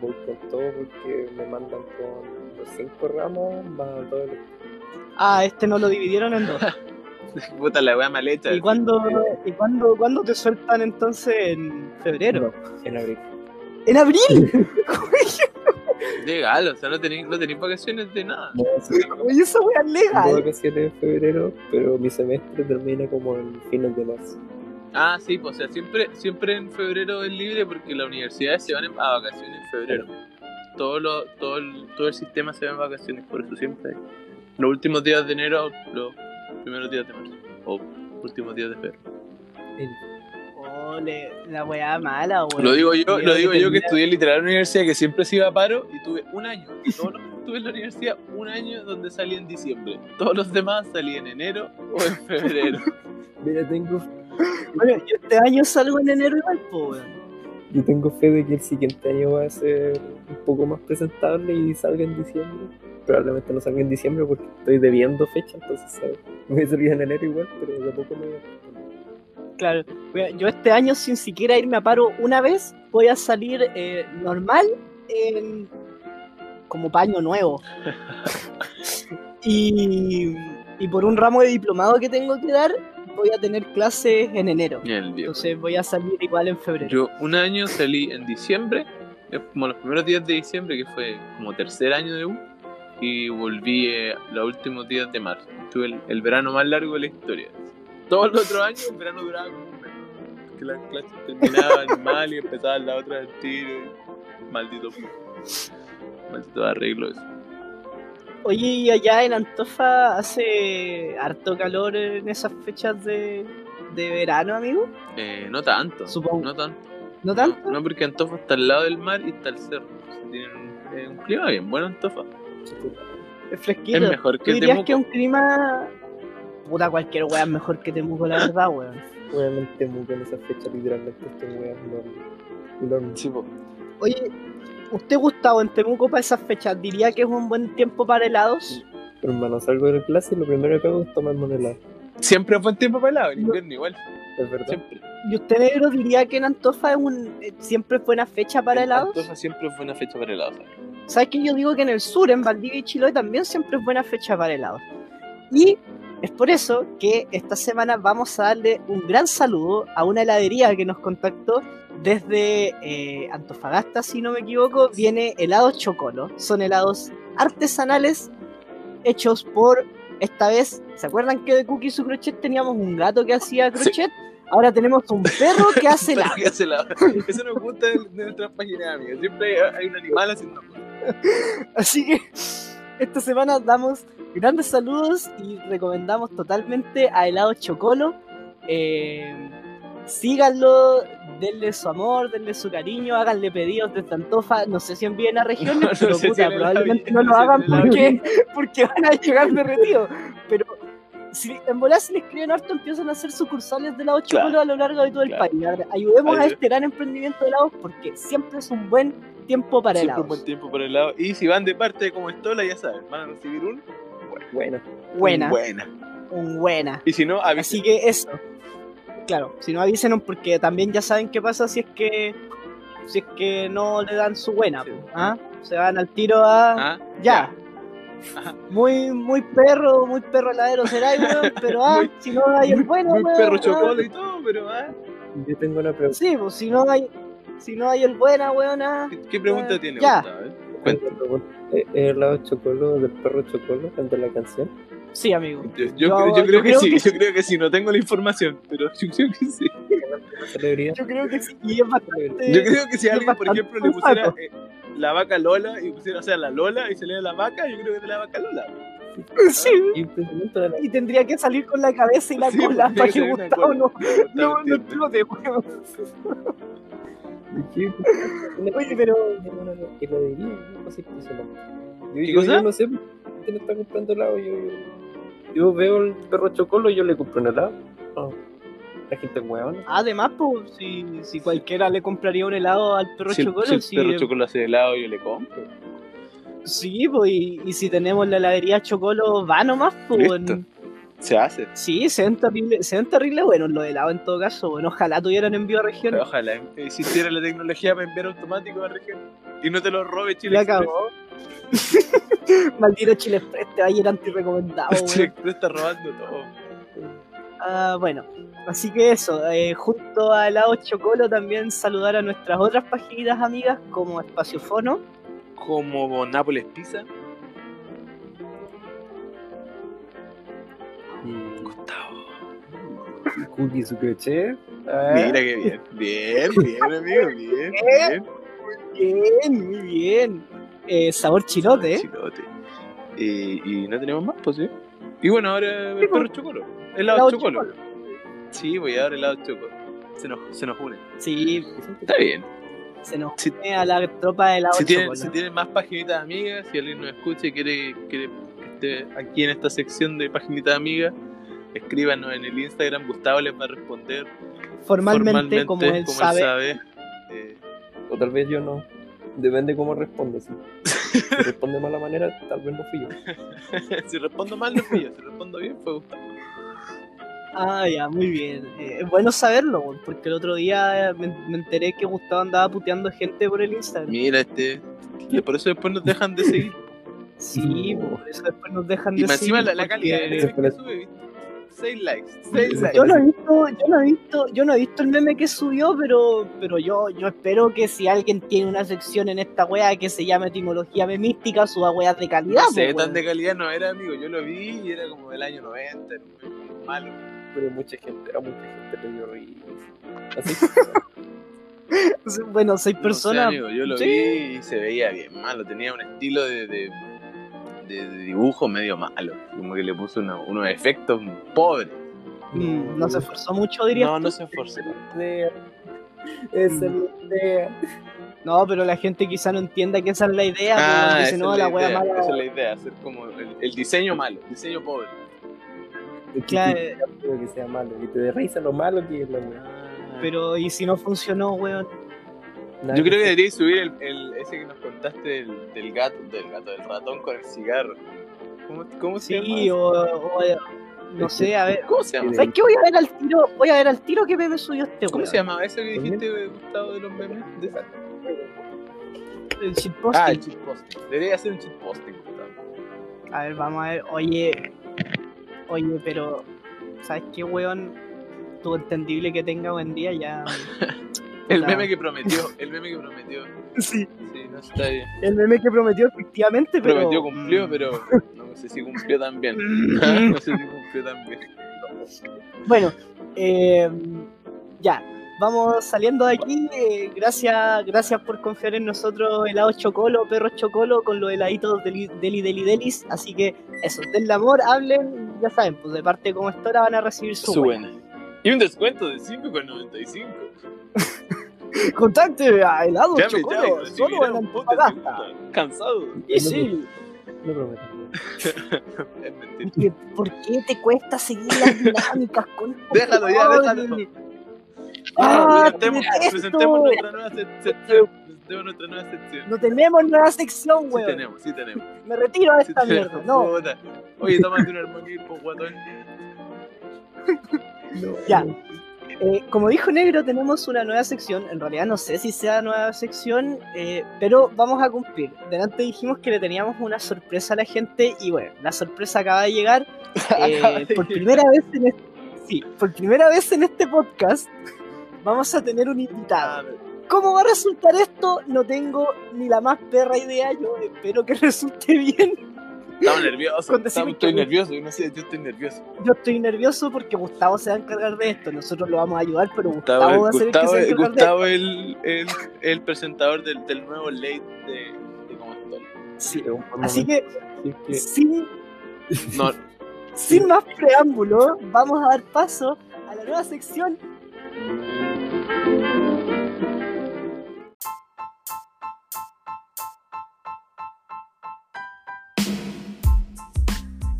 Voy con todo porque me mandan con los cinco ramos más dos de los- Ah, este no lo dividieron en <laughs> dos. <laughs> Puta la weá mal hecha. ¿Y cuándo, y cuándo, cuándo te sueltan entonces en febrero? en abril. ¡En abril! Legal, o sea, no tenéis no tenéis vacaciones de nada. <laughs> No, sí, Oye, eso weá es tengo legal. vacaciones en febrero, pero mi semestre termina como en fines de marzo. Ah, sí, pues, o sea, siempre, siempre en febrero es libre porque las universidades se van en- a vacaciones en febrero. Todo, lo, todo, el, todo el sistema se va en vacaciones, por eso siempre hay. Los últimos días de enero, los primeros días de marzo. O últimos días de febrero. Ole, la weá mala, weón. Lo digo yo, lo Mira, digo yo que termina- estudié literal en la universidad, que siempre se iba a paro y tuve un año. Todos los que estuve en la universidad, un año donde salí en diciembre. Todos los demás salí en enero o en febrero. Mira, tengo, Bueno, yo este año salgo en enero igual, po, weón. yo tengo fe de que el siguiente año va a ser un poco más presentable y salga en diciembre. Probablemente no salga en diciembre porque estoy debiendo fecha, entonces ¿sabes? <laughs> voy a salir en enero igual, pero de a poco me voy a... Claro, weón, yo este año sin siquiera irme a paro una vez, voy a salir eh, normal en... como paño nuevo. y, y por un ramo de diplomado que tengo que dar, voy a tener clases en enero. Y el viejo. Entonces voy a salir igual en febrero. Yo un año salí en diciembre, eh, como los primeros días de diciembre, que fue como tercer año de U, y volví eh, los últimos días de marzo. Tuve el, el verano más largo de la historia. Todos los otros años el verano duraba como un mes. Que las clases <laughs> terminaban mal y empezaban la otra al tiro. y- Maldito. Maldito arreglo eso. Oye, y allá en Antofa hace harto calor en esas fechas de, de verano, amigo. Eh, no tanto. Supongo. No tanto. ¿No tanto? No, porque Antofa está al lado del mar y está el cerro. Entonces Tienen un, eh, un clima bien bueno Antofa. Es Es fresquito. mejor ¿Tú que dirías que Temuco. un clima... Puta, cualquier weá es mejor que Temuco, la verdad, weón. Obviamente mucho en esa fecha, literalmente estoy muy enorme. Sí, po. Oye, ¿usted, Gustavo, en Temuco para esas fechas diría que es un buen tiempo para helados? Hermano, salgo de la clase y lo primero que hago es tomar helado. Siempre fue un tiempo para el en invierno igual, Es verdad. siempre. ¿Y usted, negro, diría que en Antofa es un... eh, siempre es buena fecha para helados? Antofa siempre fue una fecha para helados. ¿Sabes que yo digo que en el sur, en Valdivia y Chiloé, también siempre es buena fecha para helados? Y es por eso que esta semana vamos a darle un gran saludo a una heladería que nos contactó desde eh, Antofagasta, si no me equivoco. Viene helados Chocolo. Son helados artesanales hechos por, esta vez, ¿se acuerdan que de Cookie su crochet teníamos un gato que hacía Sí. crochet? Ahora tenemos un perro que hace <laughs> helado. ¿Qué hace helado? Eso nos gusta de, de nuestras páginas, amigos. Siempre hay, hay un animal haciendo cosas. Así que esta semana damos grandes saludos y recomendamos totalmente a Helado Chocolo. Eh, síganlo, denle su amor, denle su cariño, háganle pedidos desde Antofa. No sé si envíen a regiones, <laughs> No, no pero sé si puta, en el probablemente avión, no no lo sé hagan si en el porque, porque van a llegar derretidos. Pero si en volar si les creen harto, empiezan a hacer sucursales de helado Chocolo Claro. a lo largo de todo el Claro. país. Ayudemos a Ayude. este gran emprendimiento de helados porque siempre es un buen tiempo para Siempre helados. un buen tiempo para helado. Y si van de parte de como Estola, ya saben, van a recibir un Bueno, Buena. buena. un buena. Y si no, avisen. Así que eso. Claro, si no avísenos porque también ya saben qué pasa si es que si es que no le dan su buena, Sí. ¿ah? Se van al tiro a Ah, ya. Muy muy perro, muy perro heladero será, weón, pero ah, Muy- si no hay el bueno, Muy weón, perro ah, chocolate y todo, pero ah. yo tengo una pregunta. Sí, pues si no hay si no hay el buena, weón, ah, ¿Qué, qué pregunta tiene Ya. Gustavo, eh? Cuenta. Una pregunta. ¿Es ¿Es Eh, el lado chocolo del perro chocolo cuando la canción? sí, amigo. Yo, yo, Yo- creo- yo yo creo que creo sí, que- yo creo que sí, no tengo la información, pero yo creo que sí. Celebridad. Yo creo <laughs> que sí, y es bastante Yo creo que si es alguien, por bastante ejemplo, le pusiera sensato. eh, la vaca Lola y pusiera, o sea, la Lola y se le la vaca, yo creo que es de la vaca Lola. sí. Y un pensamiento de la Y tendría que salir con la cabeza y la pues, cola para que Gustavo no, no, no explote, weón. ¿Qué? Oye, pero Tengo una heladería, una cosa impresionante. Yo, ¿Qué yo- cosa? yo no sé, usted no está comprando helado. Yo, yo- yo veo el perro chocolo y yo le compro un helado. Ah. Oh, La gente es huevona. Además, pues, si, si cualquiera le compraría un helado al perro si el, chocolo, si el sí, perro eh, chocolo hace helado, yo le compro. sí, pues, y, y si tenemos la heladería chocolo, va nomás, pues. Listo. en- Se hace. Sí, se ven terrible, se ven terrible buenos los helados en todo caso. Bueno, ojalá tuvieran envío a regiones. Ojalá em, eh, existiera la tecnología para enviar automático a la región y no te lo robe Chile La Express. <laughs> cagó. <laughs> Maldito Chile Express, te va a ir antirrecomendado, <laughs> weón. Chile Express está robando todo. Ah, bueno, así que eso, eh, junto a Helado Chocolo también saludar a nuestras otras paginitas amigas como Espaciofono, Como Nápoles Pizza. Gustavo. Cookie su crochet. Ah, Mira que bien. Bien, bien, amigo, <laughs> bien. Eh, bien. bien, muy bien, Eh, Sabor Chilote, eh. Chilote. Eh, y no tenemos más, pues sí. Y bueno, ahora el Sí, pues. perro chocolo. El Helado lado chocolo. Sí, voy a dar el lado chocolo. Se nos, se nos une. sí, Está bien. se nos Si- une a la pues, tropa de Helado Si tienen, Chocolo. si tienen más paginitas amigas, si alguien nos escucha y quiere, quiere que esté aquí en esta sección de paginitas amigas, escríbanos en el Instagram. Gustavo les va a responder formalmente, como él sabe, eh, <laughs> O tal vez yo no. Depende cómo responde. sí. <laughs> Si responde de mala manera, tal vez no fui yo. si respondo mal, no fui yo. Si respondo bien, fue Gustavo. Ah, ya, muy bien. Eh, es bueno saberlo, weón, porque el otro día eh, me, me enteré que Gustavo andaba puteando gente por el Instagram. Mira, este. Por eso después nos dejan de seguir. Sí, pues, No. por eso después nos dejan Y de más encima la, la porque- calidad de meme que Espera. sube, 6 likes, 6 likes. Yo no he visto, yo no he visto, yo no he visto el meme que subió, pero, pero yo, yo espero que si alguien tiene una sección en esta wea que se llame etimología memística, suba weas de calidad. No po, sé, pues, weón. tan de calidad no era, amigo. Yo lo vi y era como del año 90, era un meme malo. Pero mucha gente, a mucha gente le dio risa. Así <laughs> Bueno, seis No sé, personas. amigo, yo lo Sí. vi y se veía bien malo. Tenía un estilo de, de, de- de dibujo medio malo. Como que le puso una- unos efectos pobres. <laughs> mm, no se esforzó mucho, diría. No. No, no se esforzó. Esa es mi idea. pero la gente quizá no entienda que esa es la idea. po, weón. Ah, Dice, esa, no, es la la wea idea, mala. esa es la idea, hacer como el, el diseño malo, diseño pobre. Claro, Que te- que sea malo, que te dé risa lo malo que es la weá. pero y si no funcionó, weón. Nada Yo creo que hacer. deberíais subir el, el- ese que nos contaste del, del gato, del gato, del ratón con el cigarro. ¿Cómo, cómo se Sí, llama? o, o- eh, no Este sé, a ver. ¿Cómo se llama? ¿Sabes qué? Voy a ver al tiro, voy a ver al tiro qué meme subió este weón. ¿Cómo se llamaba eso que dijiste, Gustavo, de los memes? De- El shitposting. Ah, el cheat posting. Debería hacer un cheat posting, Gustavo. A ver, vamos a ver. Oye, oye, pero ¿sabes qué, weón? Tu entendible que tenga buen día ya. <laughs> El Puta. meme que prometió, el meme que prometió. Sí, Sí, no está bien. el meme que prometió efectivamente, pero. Prometió, cumplió, <laughs> pero no sé si cumplió tan bien. Mm. No sé si cumplió tan bien. Bueno, eh, ya. Vamos saliendo de aquí. eh, gracias, gracias por confiar en nosotros, helados chocolo, perros chocolo, con los heladitos deli, deli, deli, delis. Así que eso, denle amor, hablen, ya saben, pues de parte como estora van a recibir su buena. Suben. Y un descuento de 5,95. Contacte a ah, helado Ya me chocolo, solo en Antofagasta. Cansado. Y No, sí, No prometo. Es mentira. ¿por qué- ¿por qué te cuesta seguir las <laughs> dinámicas con Déjalo ya, déjalo. Ah, presentemos, detesto. presentemos nuestra nueva sec- sección. Presentemos nuestra nueva sección. No tenemos nueva sección, Sí weón. tenemos, sí tenemos. Me retiro de sí esta tenemos, mierda. No, puta. Oye, tómate un armonil, po, guatón. ya. Eh, como dijo Negro, tenemos una nueva sección. En realidad no sé si sea nueva sección, eh, pero vamos a cumplir. Delante dijimos que le teníamos una sorpresa a la gente y bueno, la sorpresa acaba de <laughs> llegar. Eh, Acaba de por llegar. primera vez en este, sí, por primera vez en este podcast vamos a tener un invitado. Ah, ¿Cómo va a resultar esto? No tengo ni la más perra idea. Yo espero que resulte bien. Estaba nervioso. Con Estaba, decirme estoy que- nervioso, yo no sé, yo estoy nervioso. Yo estoy nervioso porque Gustavo se va a encargar de esto. Nosotros lo vamos a ayudar, pero Gustavo, Gustavo, va a ser el que Gustavo, se va a encargar Gustavo el, el, el presentador del, del nuevo late de, de cómo estoy. de esto. Sí. Pero por un Así momento, que, si es que- sin, <laughs> No, sin más preámbulo, vamos a dar paso a la nueva sección.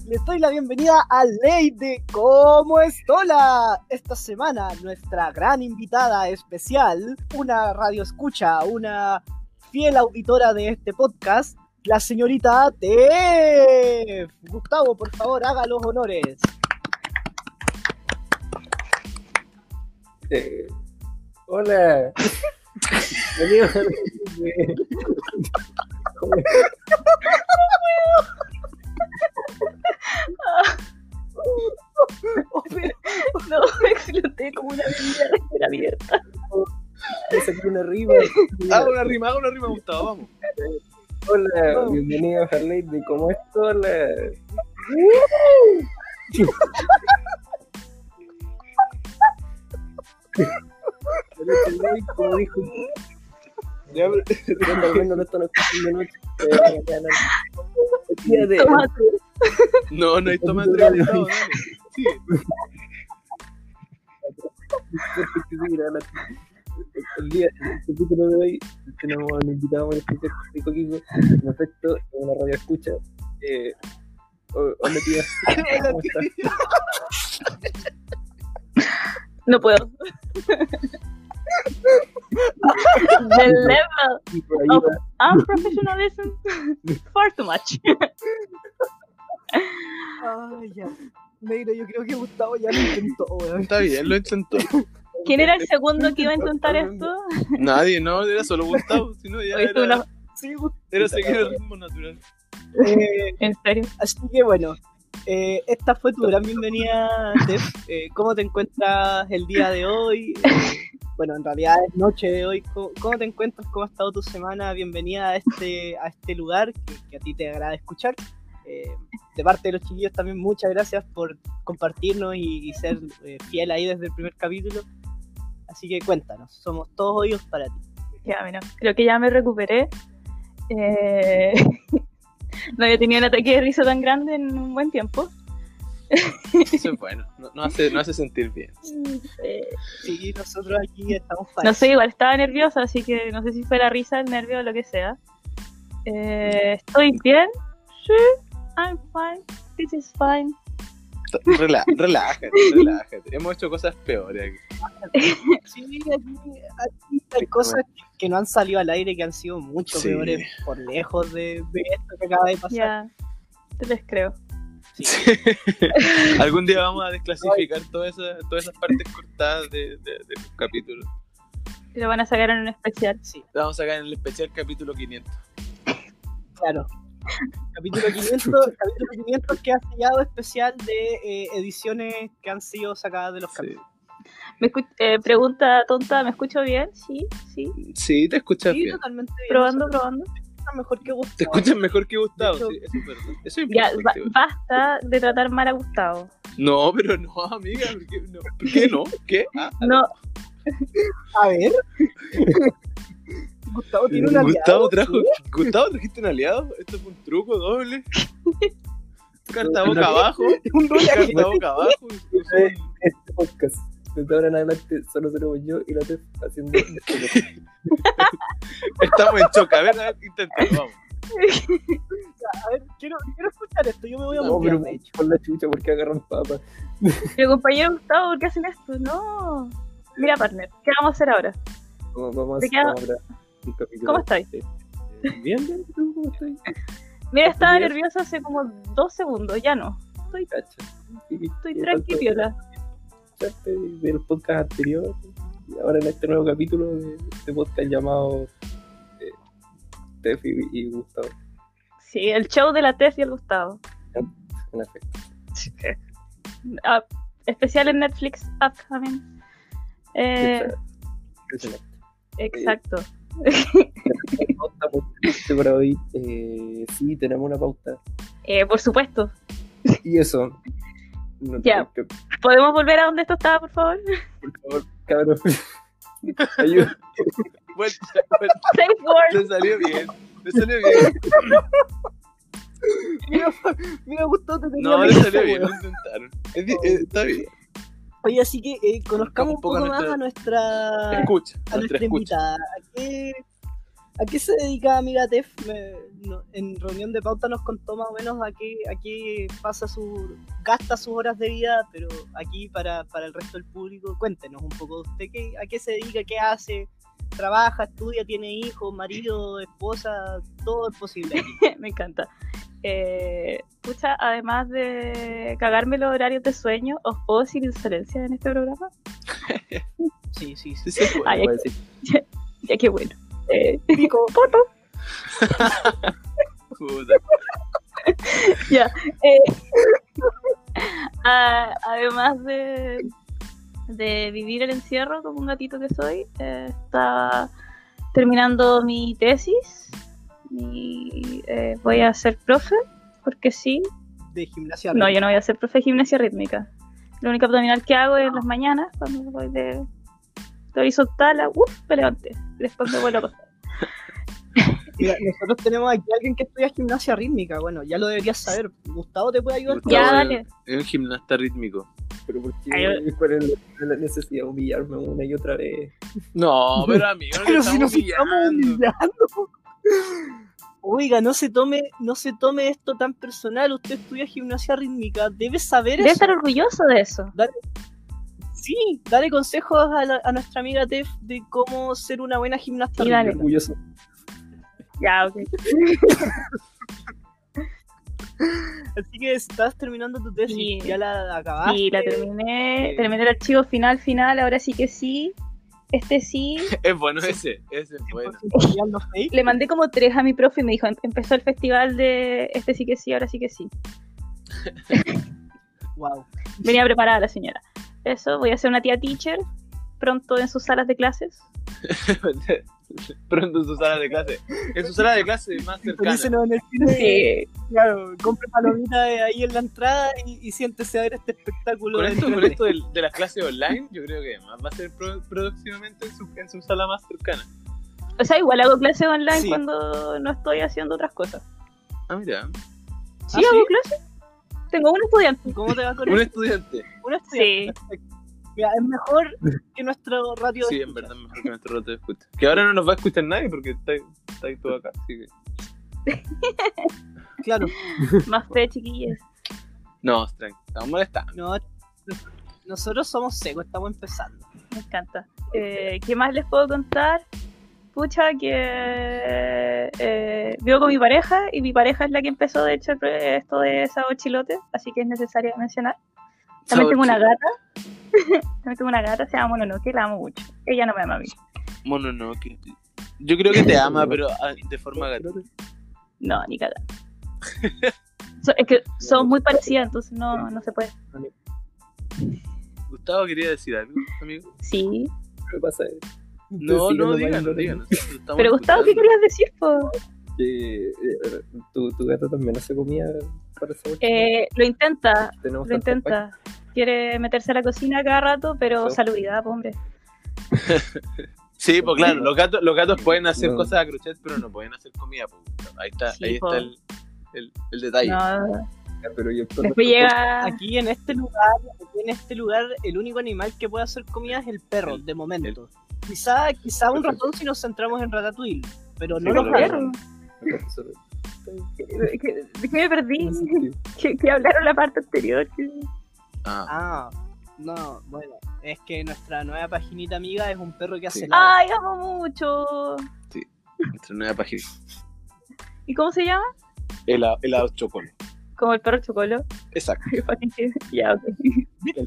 Les doy la bienvenida a Ley de Cómo Estola. Esta semana nuestra gran invitada especial, una radio escucha, una fiel auditora de este podcast, la señorita Tef. Gustavo, por favor, haga los honores. Eh, hola. Venimos a- de- Oh, pero- No, me exploté como una bebida abierta. de sacar una rima. Haga una rima, haga una rima, Gustavo, vamos. Hola, bienvenido a Harley de cómo es hola. Pero este güey, como dijo, Ya, pero- yo tal vez no lo están escuchando noche. eh, ya no. Día de- Tomate. No, no hay toma entre <laughs> Dale. Gustavo, dale. Sí, El día el capítulo de hoy tenemos a un invitado muy especial, Rico Kiko, en efecto, en una radio escucha. Eh, ho- hola <laughs> tía, ¿cómo estás? No puedo. The level Y por ahí va, of professionalism far too much. Ay, ya. Negro, yo creo que Gustavo ya lo intentó, weón. está bien, lo intentó. ¿Quién era el segundo que iba a intentar esto? Nadie, no, era solo Gustavo, sino ya Oye, esto era, una- Sí, Gustavo. era seguir el ritmo natural. Eh, ¿En serio? así que bueno, eh, esta fue tu gran bienvenida, Steph. Eh, ¿Cómo te encuentras el día de hoy? Eh, bueno, en realidad es noche de hoy. ¿Cómo, cómo te encuentras? ¿Cómo ha estado tu semana? Bienvenida a este, a este lugar que, que a ti te agrada escuchar. Eh, de parte de los chiquillos también muchas gracias por compartirnos y, y ser eh, fiel ahí desde el primer capítulo. Así que cuéntanos, somos todos oídos para ti. Ya, mira, creo que ya me recuperé. Eh, <laughs> no había tenido un ataque de risa tan grande en un buen tiempo. Eso es bueno, no, no hace, no hace sentir bien. Eh, Sí, nosotros aquí estamos para No sé, igual estaba nerviosa, así que no sé si fue la risa, el nervio o lo que sea. Eh, ¿Estoy bien? Sí, I'm fine. This is fine. Relá- relájate, relájate. Hemos hecho cosas peores aquí. Sí, aquí, aquí hay cosas que, que no han salido al aire que han sido mucho Sí. peores por lejos de, de esto que acaba de pasar. Ya, te les creo. Sí. Algún día vamos a desclasificar todas esas, todas esas partes cortadas de, de, de los capítulos. Lo van a sacar en un especial. Sí, La Vamos a sacar en el especial capítulo 500. claro. <laughs> Capítulo 500, capítulo 500 que ha sellado especial de eh, ediciones que han sido sacadas de los Sí, capítulos. Me escu- eh, pregunta tonta, ¿me escucho bien? Sí, sí. Sí, te escuchas Sí, bien. totalmente bien. Probando, Nosotros probando. estamos mejor que Gustavo. Te escuchas mejor que Gustavo, De hecho- sí, eso es verdad. Eso es Ya, ba- importante. basta de tratar mal a Gustavo. No, pero no, amiga, ¿por qué no? ¿Por qué no? ¿Qué? Ah, No, A <laughs> ver. Gustavo tiene una Gustavo trajo. Gustavo trajiste un aliado. Esto fue un truco doble. Carta boca abajo. <laughs> un rol aquí. <laughs> Carta boca abajo. este podcast. Desde ahora en adelante solo seremos yo y la Tef <laughs> haciendo este Estamos en choque. A ver, a ver, intenta, vamos. <laughs> A ver, quiero, quiero escuchar esto. Yo me voy a No, mutear, pero de hecho. por la chucha, porque agarran papas. pero compañero Gustavo, ¿por qué hacen esto? No. Mira, partner, ¿qué vamos a hacer ahora? Vamos, vamos, ¿De qué ha- vamos a hablar un capítulo. ¿Cómo estoy? Eh, Bien, bien, ¿tú cómo estás? Mira, estaba Bien. nerviosa hace como dos segundos, ya no. Estoy, Cacha. Y- estoy y tranquila. falta escucharte del podcast anterior y ahora en este nuevo capítulo de este podcast llamado eh, Tef y, y Gustavo. Sí, el show de la Tef y el Gustavo. En efecto. <laughs> Ah, especial en Netflix upcoming. Eh, Cacha. Impresionante. exacto. Pauta por- <laughs> para hoy. Eh, sí, tenemos una pauta. Eh, por supuesto. Y eso. No, Ya. que- ¿Podemos volver a donde esto estaba, por favor? Por favor, cabrón. <laughs> <laughs> Ayuda. Bueno, bueno, Safe word. <laughs> le salió bien. Le salió bien. Mira, mira, Gustavo, te tenía No, le miedo, salió bien. weón. Lo intentaron. Es di- eh, Está bien. Oye, así que eh, conozcamos un poco, más a nuestra, Ah, a Escucha. nuestra Nuestra escucha. invitada. ¿A qué, a qué se dedicaba Mira Tef? Me- no, en reunión de pauta nos contó más o menos a qué, a qué pasa su, gasta sus horas de vida, pero aquí para, para el resto del público, cuéntenos un poco de usted qué, a qué se dedica, qué hace, trabaja, estudia, tiene hijos, marido, esposa, todo es posible. aquí. Me encanta. Eh, pucha, además de cagarme los horarios de sueño, ¿os puedo decir insolencia en este programa? Sí, sí, sí. Sí, se puede. Ay, Voy a decir, Ya qué bueno. Eh, Pico. poto. <laughs> Puta. Eh, a- Ah, además de, de vivir el encierro como un gatito que soy, eh, estaba terminando mi tesis. Mi, eh, voy a ser profe, porque sí. De gimnasia. No, rítmica. yo no voy a ser profe de gimnasia rítmica. Lo único abdominal que hago es en las mañanas, cuando voy de, de horizontal a uff, me levanté. Después me vuelvo a acostar. Mira, nosotros tenemos aquí a alguien que estudia gimnasia rítmica. Bueno, ya lo deberías saber. Gustavo te puede ayudar. Gustavo Ya, es- dale. Es un gimnasta rítmico. Pero <laughs> ¿por qué? Ay, ¿Cuál es la- la necesidad de humillarme una y otra vez? No, pero amigo, no te Pero si estamos nos estamos humillando. humillando. Oiga, no se tome, no se tome esto tan personal. Usted estudia gimnasia rítmica, debe saber Debe eso. estar orgulloso de eso. Sí, dale consejos a, la- a nuestra amiga Tef de cómo ser una buena gimnasta. Sí, dale. rítmica. Orgulloso. Ya, ok. Así que estás terminando tu tesis, Sí. ya la acabaste. Sí, la terminé. eh, Terminé el archivo final, final. Ahora sí que sí. Este sí. Es bueno ese, ese es bueno. Porque ya no sé. Le mandé como tres a mi profe y me dijo: "Em- empezó el festival de este sí que sí, ahora sí que sí. Wow. Venía preparada la señora. Eso, voy a ser una tía teacher pronto en sus salas de clases. <laughs> Pronto en su sala de clase. En su sala de clase más cercana. Sintonícenos en el cine, Sí. claro, compre palomitas <laughs> de ahí en la entrada y, y siéntese a ver este espectáculo. Con del esto, con 3D. esto del- de, las clases online, yo creo que más va a ser pro- próximamente en su, en su sala más cercana. O sea, igual hago clases online Sí. cuando no estoy haciendo otras cosas. Ah, mira. Sí, ¿Ah, hago sí? clases. Tengo un estudiante. <laughs> ¿Y ¿Cómo te va con Un esto? estudiante. Un estudiante, perfecto. Mira, es mejor que nuestro radio. de Sí, en escucha. verdad mejor que nuestro rato de escucha. Que ahora no nos va a escuchar nadie porque está, está ahí todo acá. Así que... Claro, Más fe, chiquillas. No, tranqui, estamos molestando. no, nosotros somos secos, estamos empezando. Me encanta. Eh, ¿Qué más les puedo contar? Pucha, que eh, vivo con mi pareja y mi pareja es la que empezó, de hecho, el pro- esto de sabor chilote, así que es necesario mencionar. También tengo una gata. <laughs> También tengo una gata, se llama Mononoke, la amo mucho. Ella no me ama a mí. Bueno, no, que... Yo creo que te ama, pero ah, de forma gatuna. No, <laughs> ni cagar. So- es que pues, son muy parecidas, entonces no, no se puede. Gustavo quería decir algo, amigo. Sí. ¿Qué pasa? eh? No, Entonces, no, sígueme bailando. díganlo, díganlo. Pero Gustavo, ¿qué querías decir? po? Que, eh, tu, tu gato también hace comida para esa cuestión. Eh, lo intenta, Tenemos Lo tantas intenta. Quiere meterse a la cocina cada rato, pero Sí. saludidad, po, hombre. Sí, pues claro, los gatos, los gatos pueden hacer No. cosas a crochet, pero no pueden hacer comida. pues, Gustavo. ahí está, Sí, ahí po. está el, el, el detalle. No, páginas, pero yo cuando- después llega. Aquí en este lugar, aquí en este lugar, el único animal que puede hacer comida es el perro, El- de momento. Quizá, quizá un ratón si nos centramos en Ratatouille, pero Sí, no los con los perros. perros. ¿De qué de qué me perdí? Que, que hablaron la parte anterior. que- Ah, Ah, no, bueno, es que nuestra nueva paginita amiga es un perro que hace Sí. nada. ¡Ay, amo mucho! nuestra nueva página. ¿Y cómo se llama? El helado chocolate. Como el perro chocolo. Exacto. ya, ok.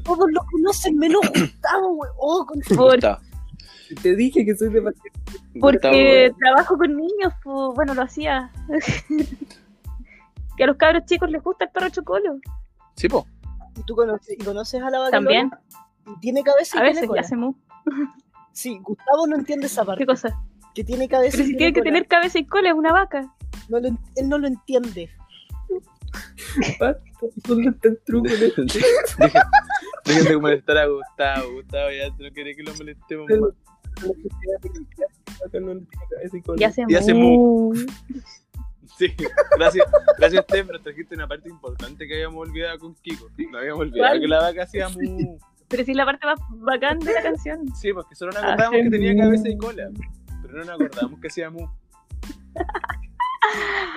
Todos lo conocen, <coughs> menos Gustavo, we- Oh, con- Por- Gustavo. Te dije que soy de Valparaíso. <laughs> porque Gustavo, trabajo con niños, po. bueno, lo hacía. que a los cabros chicos les gusta el perro chocolo. Sí, <laughs> po. ¿Y tú conoces, y conoces a la vaca? También, Lola? Tiene cabeza y a tiene veces, cola. hace mu. Sí, Gustavo no entiende esa parte. ¿Qué cosa? Que tiene cabeza Pero y si tiene que cola. tener cabeza y cola, es una vaca. No lo en- él no lo entiende. ¿Dónde está el <laughs> truco? <laughs> Dejen- Dejen de molestar a Gustavo. Gustavo ya no quiere que lo molestemos más. Y hace, Y hace mu. Sí, gracias, gracias Tef, pero trajiste una parte importante que habíamos olvidado con Kiko. No habíamos olvidado ¿Cuál? que la vaca hacía mu. Pero sí es la parte más bacán de la canción. Sí, porque solo nos acordábamos Hace que tenía mu. cabeza y cola, pero no nos acordábamos que hacía mu. es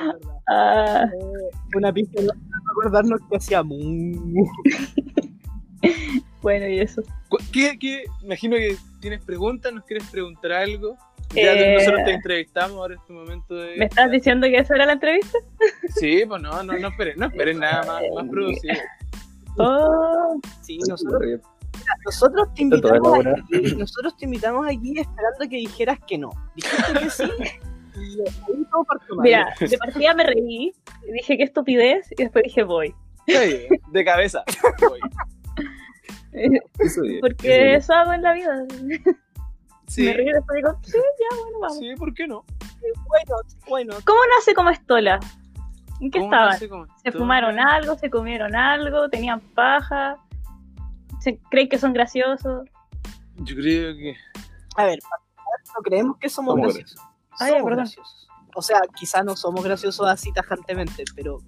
verdad. Ah, Eh, Una pista no no acordarnos que hacía mu. bueno, y eso. Cu- ¿Qué, qué? Imagino que tienes preguntas, nos quieres preguntar algo. Ya te- Eh, nosotros te entrevistamos, ahora es tu momento de... ¿Me estás diciendo que esa era la entrevista? Sí, pues no, Eh, no, no esperes, no esperes nada más, más producido. Oh, Sí, nosotros Nosotros te Está toda invitamos la hora. aquí, nosotros te invitamos aquí esperando que dijeras que no. Dijiste que sí. y ahí todo partió mal. Mira, de partida me reí, dije qué estupidez y después dije voy. <laughs> Está bien, de cabeza. Voy. Eso eh, bien. Porque eso bien. eso hago en la vida. Sí, Me río y después digo, sí, ya, bueno, vamos. sí, ¿por qué no? Eh, bueno, bueno. ¿Cómo nace como estola? ¿En qué ¿Cómo estaban? no sé cómo ¿Se estoy? fumaron algo? ¿Se comieron algo? ¿Tenían paja? ¿Se creen que son graciosos? Yo creo que. A ver, para empezar, no creemos que somos Somos graciosos. Ah, ya, somos perdón. graciosos. O sea, quizá no somos graciosos así tajantemente, pero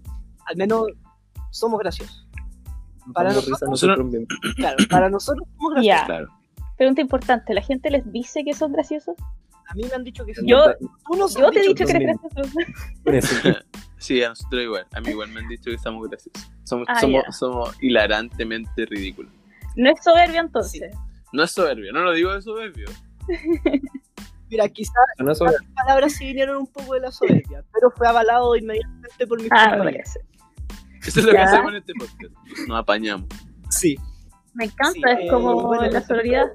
al menos somos graciosos. Para Damos risa a nosotros- nosotros mismos. Claro, para nosotros somos Ya. graciosos. Claro. Pregunta importante, ¿la gente les dice que son graciosos? A mí me han dicho que sí. Yo- Tú nos Yo has te he dicho dicho que eres también. gracioso. Por eso, <laughs> Sí, a nosotros igual. A mí igual me han dicho que estamos graciosos. Somos, Ah, somos, ya. somos hilarantemente ridículos. No es soberbio entonces. No es soberbio, no lo digo de soberbio. Mira, quizá no sobre- las palabras sí vinieron un poco de la soberbia, pero fue avalado inmediatamente por mi Ah, me compañero. parece. Eso es lo que Ya. hacemos en este podcast. Nos apañamos. Sí. Me encanta, Sí, es eh, como bueno, la sororidad.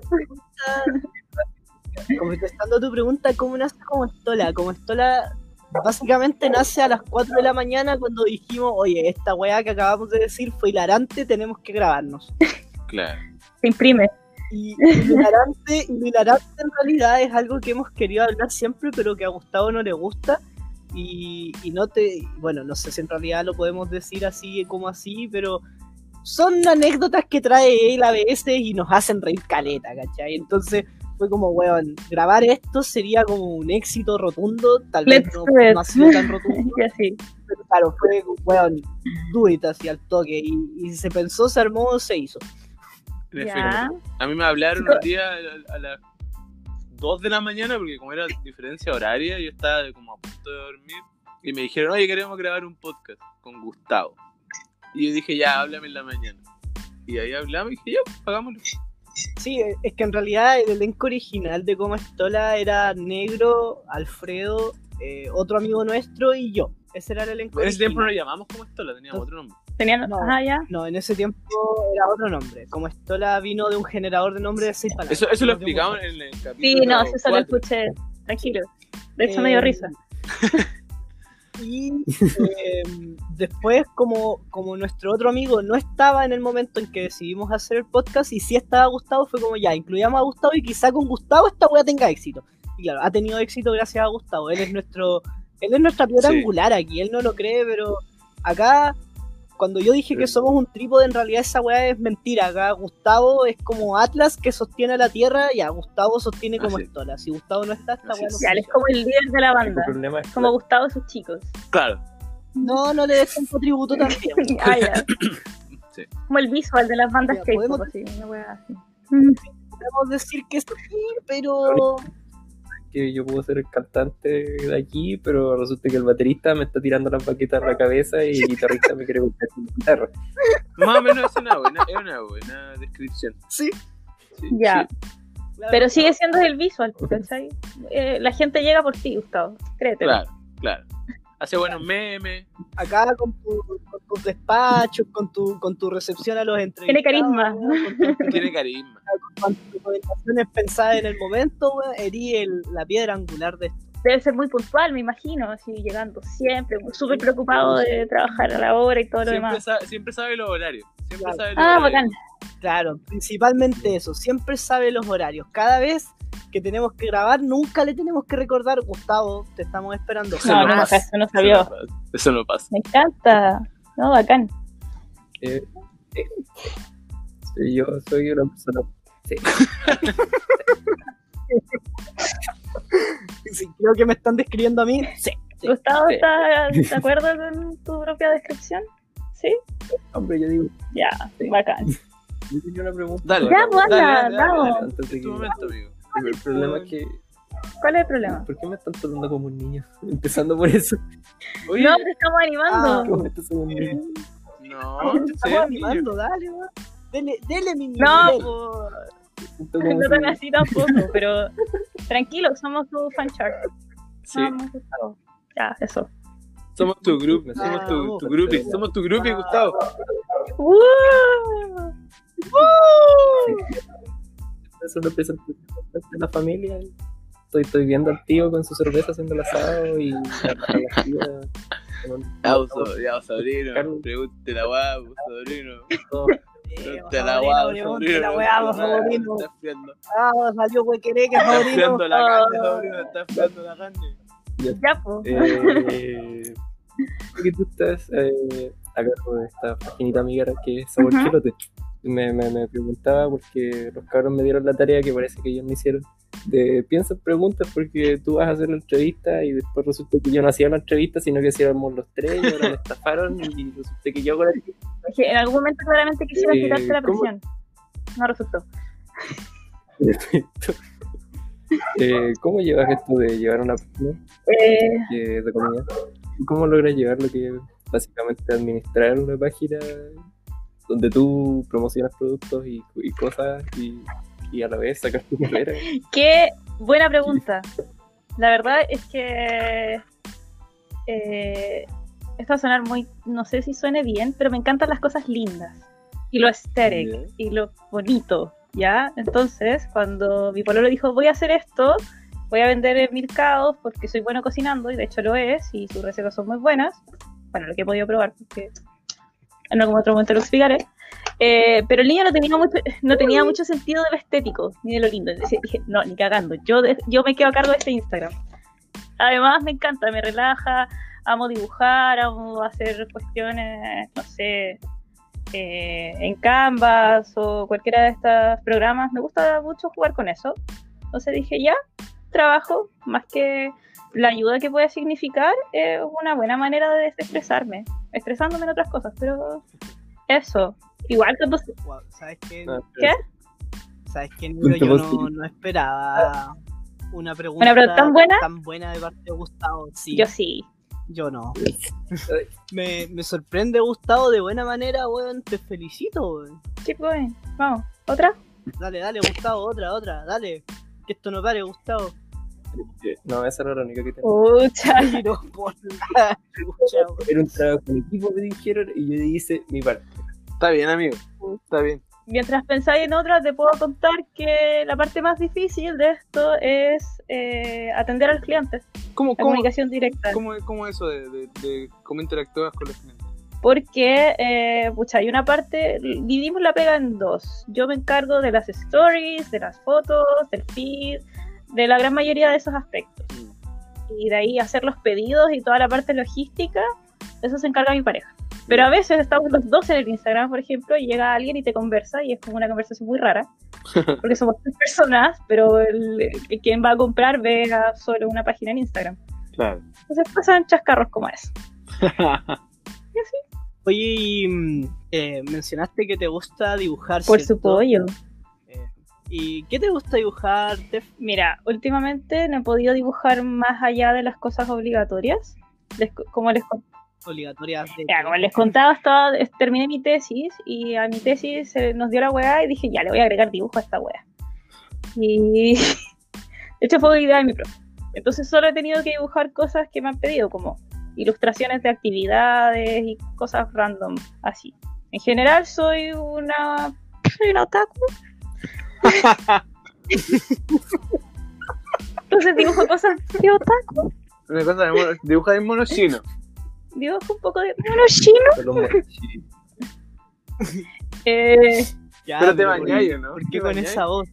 <laughs> Contestando a tu pregunta, ¿cómo nace como Estola? Como Estola básicamente nace a las 4 de la mañana cuando dijimos, oye, esta weá que acabamos de decir fue hilarante, tenemos que grabarnos. Claro. Se imprime. <laughs> Y lo <laughs> hilarante, y lo hilarante en realidad es algo que hemos querido hablar siempre, pero que a Gustavo no le gusta. Y, y no te. Bueno, no sé si en realidad lo podemos decir así como así, pero son anécdotas que trae él a veces y nos hacen reír caleta, ¿cachai? Entonces fue como, weón, grabar esto sería como un éxito rotundo, tal vez Let's no, do it. no ha sido tan rotundo, Y así. pero claro, fue, weón, do it así al toque. Y, y se pensó, se armó, se hizo. En Ya. efecto. A mí me hablaron <laughs> un día a, a las 2 de la mañana, porque como era diferencia horaria, yo estaba como a punto de dormir. Y me dijeron, oye, queremos grabar un podcast con Gustavo. Y yo dije, ya, háblame en la mañana. Y ahí hablamos y dije, ya, pues, hagámoslo. Sí, eh, es que en realidad el elenco original de Coma Estola era Negro, Alfredo, eh, otro amigo nuestro y yo. Ese era el elenco En ese tiempo no original. lo llamamos como esto, la teníamos otro nombre. Tenían. No. Ah, ya. No, en ese tiempo era otro nombre. Como Estola vino de un generador de nombre de seis palabras. Eso, eso lo No de un explicamos montón. en el capítulo. Sí, no, eso solo cuatro. escuché. Tranquilo. De hecho, me dio Eh, risa. Y eh, después, como, como nuestro otro amigo no estaba en el momento en que decidimos hacer el podcast y sí estaba Gustavo, fue como ya, incluyamos a Gustavo y quizá con Gustavo esta wea tenga éxito. Y claro, ha tenido éxito gracias a Gustavo. Él es nuestro, él es nuestra piedra Sí. angular aquí, él no lo cree, pero acá, cuando yo dije que somos un trípode, en realidad esa wea es mentira. Acá Gustavo es como Atlas que sostiene a la Tierra, ya, Gustavo sostiene como Así es. Estola. Si Gustavo no está, esta Así wea es. no Ya, él es funciona. como el líder de la el banda. problema es Como Gustavo y sus chicos. Claro. No, no le dejen tu tributo también. <laughs> ah, ya. <coughs> Sí. Como el visual de las bandas Ya, que podemos- así, una wea así. Mm, podemos decir que sí, pero que yo puedo ser el cantante de aquí, pero resulta que el baterista me está tirando las baquetas a la cabeza y el guitarrista me quiere golpear con la guitarra. Más o menos es una buena, es una buena descripción. sí. Sí, Ya. sí. Pero sigue siendo el visual, ¿cachai? Eh, la gente llega por ti, Gustavo. Créete. Claro, claro. Hace buenos memes. Acá con, tu, con tus despachos, con tu, con tu recepción a los entrevistados. Tiene carisma. weón, Con tus- Tiene carisma. con tus recomendaciones pensadas en el momento, weón, herí el- la piedra angular de esto. Debe ser muy puntual, me imagino, así llegando siempre, súper preocupado de trabajar a la hora y todo lo Siempre, demás. sabe, siempre sabe los horarios. Siempre Claro. sabe los Ah, horarios. bacán. Claro, principalmente eso. Siempre sabe los horarios. Cada vez que tenemos que grabar, nunca le tenemos que recordar, Gustavo, te estamos esperando. Eso No, no no, pasa. eso no Eso sabía. no pasa. Eso no pasa. Me encanta. No, bacán. Eh, eh, sí, yo soy una persona. Sí, Sí, creo que me están describiendo a mí. Sí. Sí. Gustavo, Sí. <laughs> ¿estás de acuerdo con tu propia descripción? Sí, hombre, yo digo, ya, Sí. bacán. yo tenía una pregunta. Dale. Ya, pues, Dale, anda, dale, dale, vamos. Antes de Es que- tu momento, amigo. el problema es que. ¿Cuál es el problema? ¿Por qué me están tratando como un niño? <laughs> Empezando por eso. <laughs> Oye, Ah, No, te estamos animando. ¿Cómo me estás como un Eh. niño? no, Estamos Ah, sí, niño. animando, dale, weón. Dele, dele, mi No, dele. po, <laughs> Siento como no si- tan <laughs> así tampoco, pero tranquilo, somos tu fan chart. Sí, Vamos, Gustavo. Ya, eso. somos tu grupo, Ah, somos tu, tu vos. groupie, somos tu groupie, Gustavo. ¡Uh! Eso lo empieza en la familia. y Estoy, estoy viendo al tío con su cerveza haciendo el asado y la, la tía tomando- Ya, vos so- ya, vos sobrino. Carlos. Pregunte la weá, vos sobrino. todo. Pregunte la weá, vos sobrino. la weá, vos, sobrino. Está friando. Ah, salió huequereque, Está sobrino. friando la carne, sobrino. Está friando la carne. Ya, pues. Eh, que tú estás eh, acá con esta paginita amiga que es Sabor Ujú. Chilote. Me, me, me preguntaba porque los cabros me dieron la tarea que parece que ellos me hicieron de piensa en preguntas porque tú vas a hacer la entrevista y después resulta que yo no hacía la entrevista sino que hacíamos los tres y ahora me estafaron y resulta que yo ahora Porque En algún momento claramente quisieron Eh, quitarte la ¿cómo? presión. No resultó. Perfecto. Eh, ¿Cómo llevas esto de llevar una página Eh, eh, de comida? ¿Cómo logras llevar lo que es básicamente administrar una página donde tú promocionas productos y, y cosas y, y a la vez sacas tu carrera? <laughs> Qué buena pregunta. La verdad es que eh, esto va a sonar muy, no sé si suene bien, pero me encantan las cosas lindas y lo estéril Ya. y lo bonito, ¿ya? Entonces, cuando mi pololo dijo, voy a hacer esto, voy a vender milcaos porque soy bueno cocinando y de hecho lo es y sus recetas son muy buenas, bueno, lo que he podido probar porque en algún otro momento lo explicaré. Eh, pero el niño no tenía mucho, no tenía mucho sentido de lo estético, ni de lo lindo. Entonces dije, no, ni cagando. Yo, de- yo me quedo a cargo de este Instagram. Además, me encanta, me relaja. Amo dibujar, amo hacer cuestiones, no sé, eh, en Canvas o cualquiera de estos programas. Me gusta mucho jugar con eso. Entonces dije, ya, trabajo, más que la ayuda que puede significar, es una buena manera de desestresarme. Estresándome en otras cosas, pero eso. Igual cuando Guau, ¿Sabes qué? Ah, ¿Qué? ¿Sabes qué, Nilo? Yo no, Punto no esperaba una pregunta, Ah. Una pregunta tan buena. tan buena de parte de Gustavo. Sí, yo, Yo sí. <laughs> no. me, me sorprende, Gustavo, de buena manera, weón. Te felicito, weón. Chicos, vamos. ¿Otra? Dale, dale, Gustavo, otra, otra, dale. Que esto no pare, <laughs> Gustavo. este, No, esa era la única que tenía. Oh, Pucha. Ay, no, por la chucha, weón. Era un trabajo en equipo, me dijeron, y yo hice mi parte. Está bien, amigo. Está bien. Mientras pensáis en otra, te puedo contar que la parte más difícil de esto es eh, atender a los clientes, ¿Cómo, cómo, la comunicación directa. cómo, cómo eso de, de, de cómo interactúas con los clientes? Porque, eh, pucha, hay una parte, dividimos la pega en dos. Yo me encargo de las stories, de las fotos, del feed, de la gran mayoría de esos aspectos. Y de ahí hacer los pedidos y toda la parte logística, eso se encarga mi pareja. Pero a veces estamos los dos en el Instagram, por ejemplo, y llega alguien y te conversa y es como una conversación muy rara. Porque somos tres personas, pero el, el- quien va a comprar ve a solo una página en Instagram. Claro. Entonces pasan chascarros como eso. Oye, y, mm, eh, mencionaste que te gusta dibujar. Por ¿cierto? su pollo. Eh, ¿Y qué te gusta dibujar? Tef? Mira, últimamente no he podido dibujar más allá de las cosas obligatorias. Les- como, les, con- Obligatorias de. ya, como les contaba, estaba, es- terminé mi tesis y a mi tesis se nos dio la weá y dije, ya le voy a agregar dibujo a esta weá. Y <laughs> de hecho fue idea de mi profe. Entonces solo he tenido que dibujar cosas que me han pedido, como ilustraciones de actividades y cosas random así. En general soy una... Soy una otaku. Entonces dibujo cosas de otaku. Una cosa de mono, dibuja de mono chino. Dibujo un poco de... Bueno, chino. Pero los mochi- <laughs> Eh, Ya, Pero te pero, bañáis, ¿o ¿no? ¿Por qué ¿Te con bañáis? <laughs> esa voz?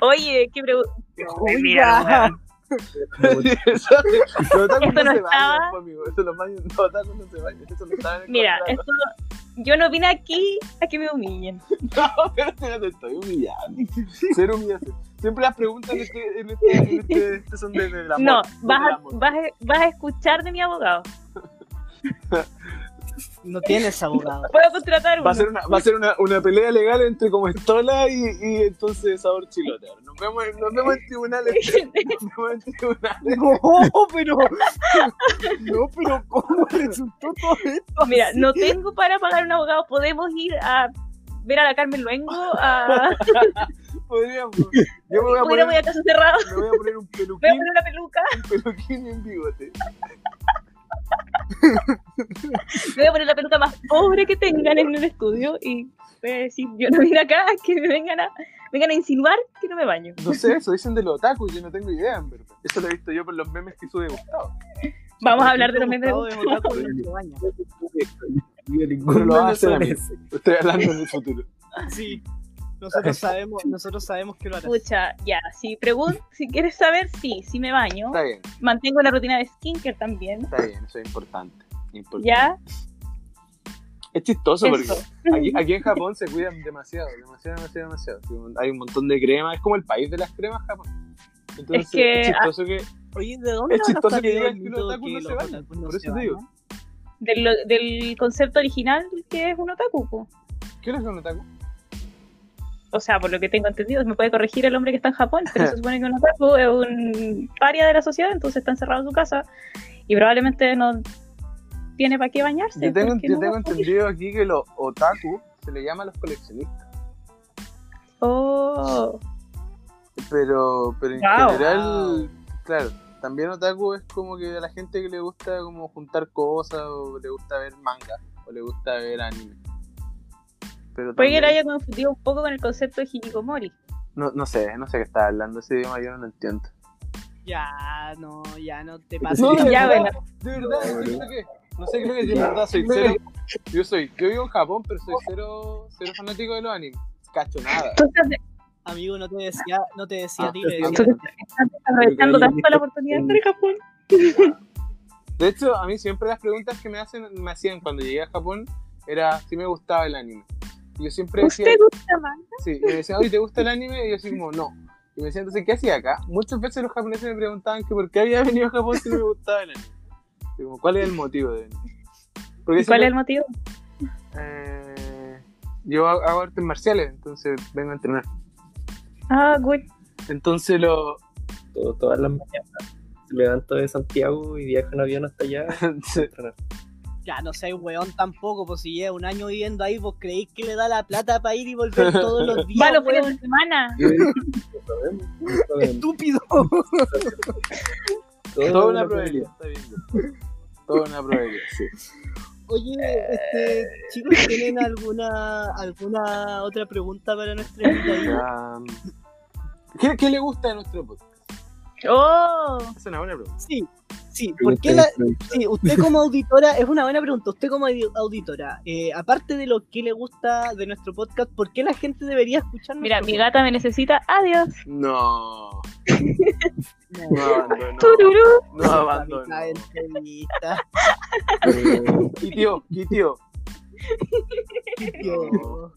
Oye, qué pregunta. Los otakus Esto no no se estaba. bañan, po, amigo. Esto los bañan- los otakus no <laughs> se bañan. Esto no estaba en el Mira, contrato. <laughs> esto, yo no vine aquí a que me humillen. No, pero te, te estoy humillando. Ser humillante. Siempre las preguntas en este, en este, en este, este son de, del amor. No, son del vas a, amor. vas, a, vas a escuchar de mi abogado. No tienes abogado. Puedo contratar Va uno. a ser una, va a ser una, una pelea legal entre como estola y, y entonces sabor chilote. Nos vemos, en- nos vemos en <laughs> tribunales. Nos vemos en tribunales. No, pero. <laughs> No, pero ¿cómo resultó todo esto? <laughs> Oh, Mira, no tengo para pagar un abogado. Podemos ir a ver a la Carmen Luengo. A... Podríamos. <laughs> Yo me voy a Pudiera voy poner, a casa cerrado. me voy a poner un Me voy peluquín, a poner una peluca. un peluquín y un bigote. Me voy a poner la peluca más pobre que tengan en el estudio y voy a decir, yo no vine acá, que me vengan a, vengan a insinuar que no me baño. No sé, eso dicen de los otaku y yo no tengo idea, en verdad. Eso lo he visto yo por los memes que sube Gustavo. Vamos a hablar de los memes. de- Otaku y no se baña. Ninguno lo hace, sobre amigo. ese. Estoy hablando en el futuro. Sí. Nosotros sabemos, nosotros sabemos que lo harás. Pucha, ya, si pregun si quieres saber, sí, sí me baño. Está bien, Mantengo la rutina de skincare también. está bien, eso es importante. importante. Ya, Es chistoso eso. porque aquí, aquí en Japón se cuidan demasiado, demasiado, demasiado, demasiado. Hay un montón de cremas, es como el país de las cremas, Japón. Entonces Es que- es chistoso que Oye, ¿de dónde Es habrá chistoso salido que digan el que los mito otakus no se los bañan, otakus no por se eso te bañan? digo. Del, lo- del concepto original que es un otaku. po. ¿Qué es un otaku? O sea, por lo que tengo entendido, me puede corregir el hombre que está en Japón, <laughs> pero se supone que un otaku es un paria de la sociedad, entonces está encerrado en su casa y probablemente no tiene para qué bañarse. Yo tengo, porque yo no tengo va a salir. entendido aquí que los otaku se le llama a los coleccionistas, Oh, pero, pero en Wow. general, claro, también otaku es como que a la gente que le gusta como juntar cosas o le gusta ver manga o le gusta ver anime. Pero puede que también- lo haya confundido un poco con el concepto de Hikikomori. no, no sé, no sé qué está hablando ese idioma, yo no lo entiendo. Ya, no, ya no te pases. No, ya, ya, verdad. bueno, De verdad, no sé qué. No sé qué es, de verdad soy cero. Yo soy, yo vivo en Japón, pero soy cero, cero fanático de los animes. Cacho nada. entonces Amigo, no te decía, no te decía a ti, Ah, le decía. entonces- estás aprovechando Creo que tanto la oportunidad de estar en Japón. De hecho, a mí siempre las preguntas que me hacen, me hacían cuando llegué a Japón era si me gustaba el anime. Y yo siempre decía, ¿Usted gusta más? sí, y me decían, oye, ¿te gusta el anime? Y yo así como, no. Y me decían, entonces, ¿qué hacía acá? Muchas veces los japoneses me preguntaban que por qué había venido a Japón si no me gustaba el anime. Y como, ¿cuál es el motivo de venir? Porque ¿Y ¿Cuál siempre- es el motivo? Eh, yo hago hago artes marciales, entonces vengo a entrenar. Ah, good. Entonces lo... <laughs> Todo- Todas las mañanas se levantan de Santiago y viajan en avión hasta allá. Ya, no seas weón tampoco, pues si lleva un año viviendo ahí, vos creéis que le da la plata para ir y volver todos los días. Va los fines weón? de semana. Yo digo, no sabemos, no sabemos. Estúpido. Todo toda es una probabilidad. Está bien. Toda una probabilidad, sí. Oye, Eh. este, chicos, ¿tienen alguna alguna otra pregunta para nuestra invitada? Ya, Ah, ¿Qué, ¿Qué le gusta de nuestro podcast? Oh, Es una buena pregunta. Sí, sí, ¿por Pregunta qué la, diferente. Sí, usted como auditora, es una buena pregunta, usted como audi- auditora, eh, aparte de lo que le gusta de nuestro podcast, ¿por qué la gente debería escuchar mira, mi nuestro gata me necesita. Adiós. No. podcast? No abandonó. Tururú. <laughs> No abandonó. Mitad de entrevista. Pero, Kitio, Kitio. <laughs> Yo-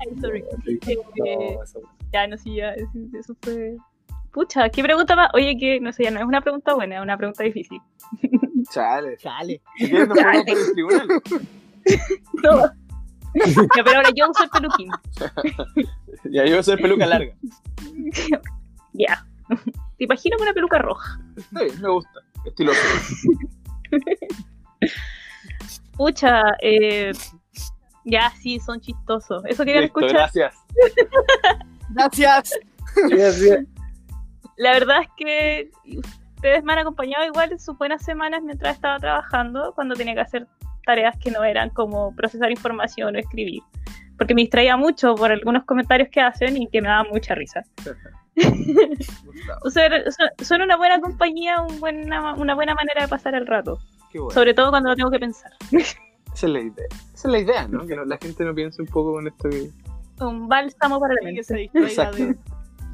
Ay, sorry. sí, Eh, no, eso- Ya, no sé, ya, eso- eso fue. Pucha, qué pregunta más. Oye, que no sé, ya no es una pregunta buena, es una pregunta difícil. Chale. Chale. Si quieres nos ponemos por el tribunal. No. <laughs> Ya, pero ahora yo uso el peluquín. Ya yo voy a ser peluca larga. Ya. <laughs> Te imagino con una peluca roja. Está bien, me gusta. Estiloso. Pucha, eh, ya, sí, son chistosos. Eso querían Listo, escuchar. gracias. Gracias. la verdad es que ustedes me han acompañado igual en sus buenas semanas mientras estaba trabajando, cuando tenía que hacer tareas que no eran como procesar información o escribir, porque me distraía mucho por algunos comentarios que hacen y que me daban mucha risa. Gustavo, O sea, son- son una buena compañía, un buena, una buena manera de pasar el rato, qué bueno. sobre todo cuando no tengo que pensar. Esa es la idea. Esa es la idea, ¿no? Que no- la gente no piense un poco con esto que... Un bálsamo para la Sí, que mente. se distraiga de-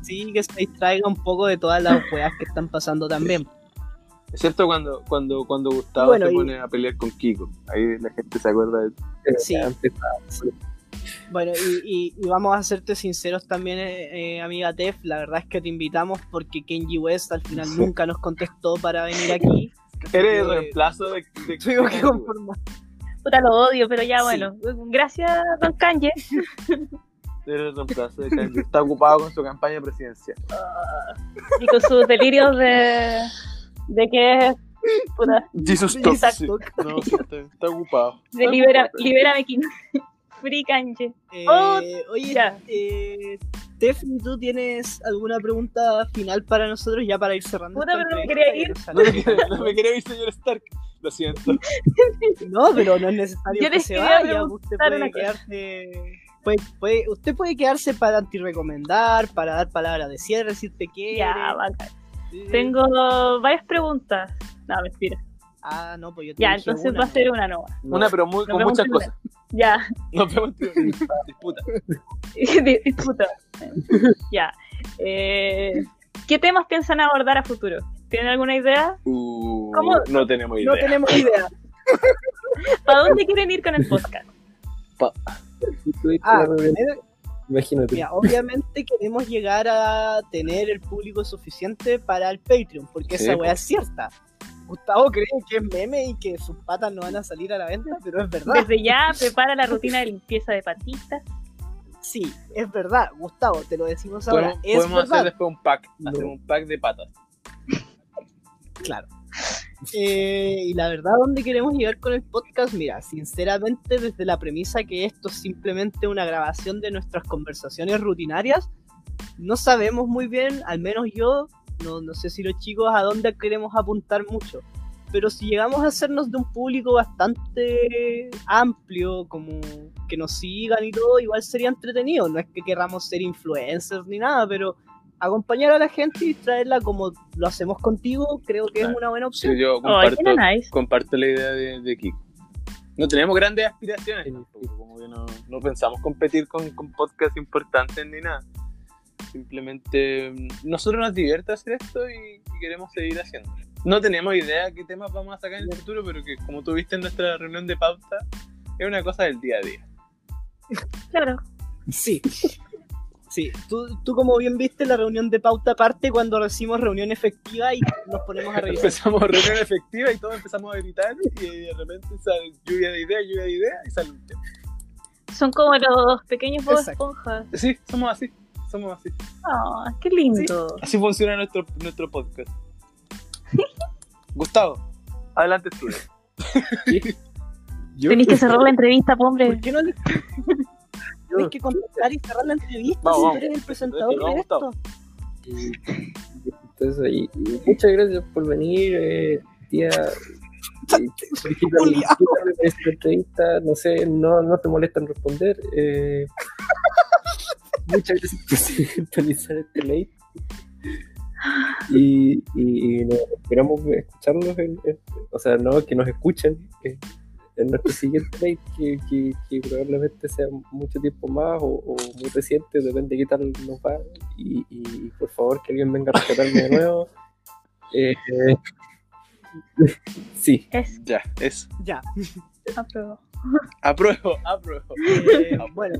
sí, que se distraiga un poco de todas las weas que están pasando también. Excepto cuando, cuando, cuando Gustavo Bueno, se y- pone a pelear con Kiko. Ahí la gente se acuerda de Sí. antes, Bueno, y, y- y vamos a serte sinceros también, eh, eh, amiga Tef. La verdad es que te invitamos porque Kenji West al <laughs> final nunca nos contestó para venir aquí. Eres el Sí. reemplazo de, de Tuvimos que conformar. Puta, lo odio, pero ya Sí. bueno. Gracias, Don Kanye. Eres el reemplazo de Kanye. Está ocupado con su campaña presidencial. Y con sus delirios de, de que puta, Jesus Sí, Talk, exacto. sí. No, sí, está, está ocupado. De Está libera, ocupado. libérame, King. <laughs> Free Kanye. Eh, Oh, oye, ya. eh, Tef, ¿tú tienes alguna pregunta final para nosotros ya para ir cerrando? Puta, esta pero no me entrevista quería y <laughs> ir. nos sale- No me, quiere, no me quiere ir, señor Stark. Lo siento. <laughs> No, pero no es necesario Yo que les se quería vaya. Usted preguntar puede una cosa. quedarse. puede- puede- usted puede quedarse para antirrecomendar, para dar palabras de cierre si usted quiere. Ya, bacán. Sí. Tengo varias preguntas. No, mentira. Ah, no, pues yo te Ya, dije entonces una, va a ¿no? ser una nueva. Una, pero muy, Nos con vemos muchas en cosas. Ya, <laughs> Nos vemos en disputa. di- <laughs> disputa. Ya. Eh, ¿Qué temas piensan abordar a futuro? ¿Tienen alguna idea? Uh, ¿Cómo? No tenemos idea. No <laughs> tenemos idea. ¿Para dónde quieren ir con el podcast? Ah, primero, Imagínate. mira, obviamente queremos llegar a tener el público suficiente para el Patreon, porque Sí, esa po. weá es cierta. Gustavo cree que es meme y que sus patas no van a salir a la venta, pero es verdad. Desde ya, prepara la rutina de limpieza de patitas. Sí, es verdad, Gustavo, te lo decimos ahora. Podemos, Es podemos hacer verdad. después un pack. No. Hacer un pack de patas. Claro. Eh, y la verdad, ¿dónde queremos llegar con el podcast? Mira, sinceramente, desde la premisa que esto es simplemente una grabación de nuestras conversaciones rutinarias, no sabemos muy bien, al menos yo, no, no sé si los chicos, a dónde queremos apuntar mucho. Pero si llegamos a hacernos de un público bastante amplio, como que nos sigan y todo, igual sería entretenido. No es que querramos ser influencers ni nada, pero acompañar a la gente y traerla como lo hacemos contigo, creo que es Claro. una buena opción. Sí, yo Ay, comparto, qué nice. comparto la idea de, de Kiko. No tenemos grandes aspiraciones tampoco, como que no, no pensamos competir con, con podcasts importantes ni nada. Simplemente mm, nosotros nos divierte hacer esto y, y queremos seguir haciendo. No tenemos idea de qué temas vamos a sacar en el futuro, pero que como tú viste en nuestra reunión de pauta, es una cosa del día a día. Claro. Sí. Sí, tú, tú como bien viste la reunión de pauta parte cuando recibimos reunión efectiva y nos ponemos a revisar. Empezamos reunión efectiva y todos empezamos a gritar y de repente sale lluvia de ideas, lluvia de ideas y sale un tema. Son como los pequeños Bob Exacto. Esponja. Sí, somos así, somos así. Ah, qué lindo. Así funciona nuestro, nuestro podcast. <laughs> Gustavo, adelante tú. Yo- Tenéis que cerrar la entrevista, po, hombre. ¿Por qué no le... Tienes que contestar y cerrar la entrevista Vamos, si vamos. tú eres el presentador Vamos, de esto. Gustavo. Entonces, y- y muchas gracias por venir, eh, tía. Julián. Esta entrevista, este no sé, no, no te molesta en responder. eh, muchas gracias por <laughs> sintonizar este late. Y, y, y no, esperamos escucharlos, en- en- o sea, no, que nos escuchen eh, en nuestro siguiente late, que, que, que probablemente sea mucho tiempo más o, o muy reciente, depende de qué tal nos va. Y, y por favor, que alguien venga a rescatarme de nuevo. <laughs> Eh, <laughs> eh, sí. Es Ya, eso. Ya. apruebo. Apruebo, apruebo. Eh, <laughs> bueno.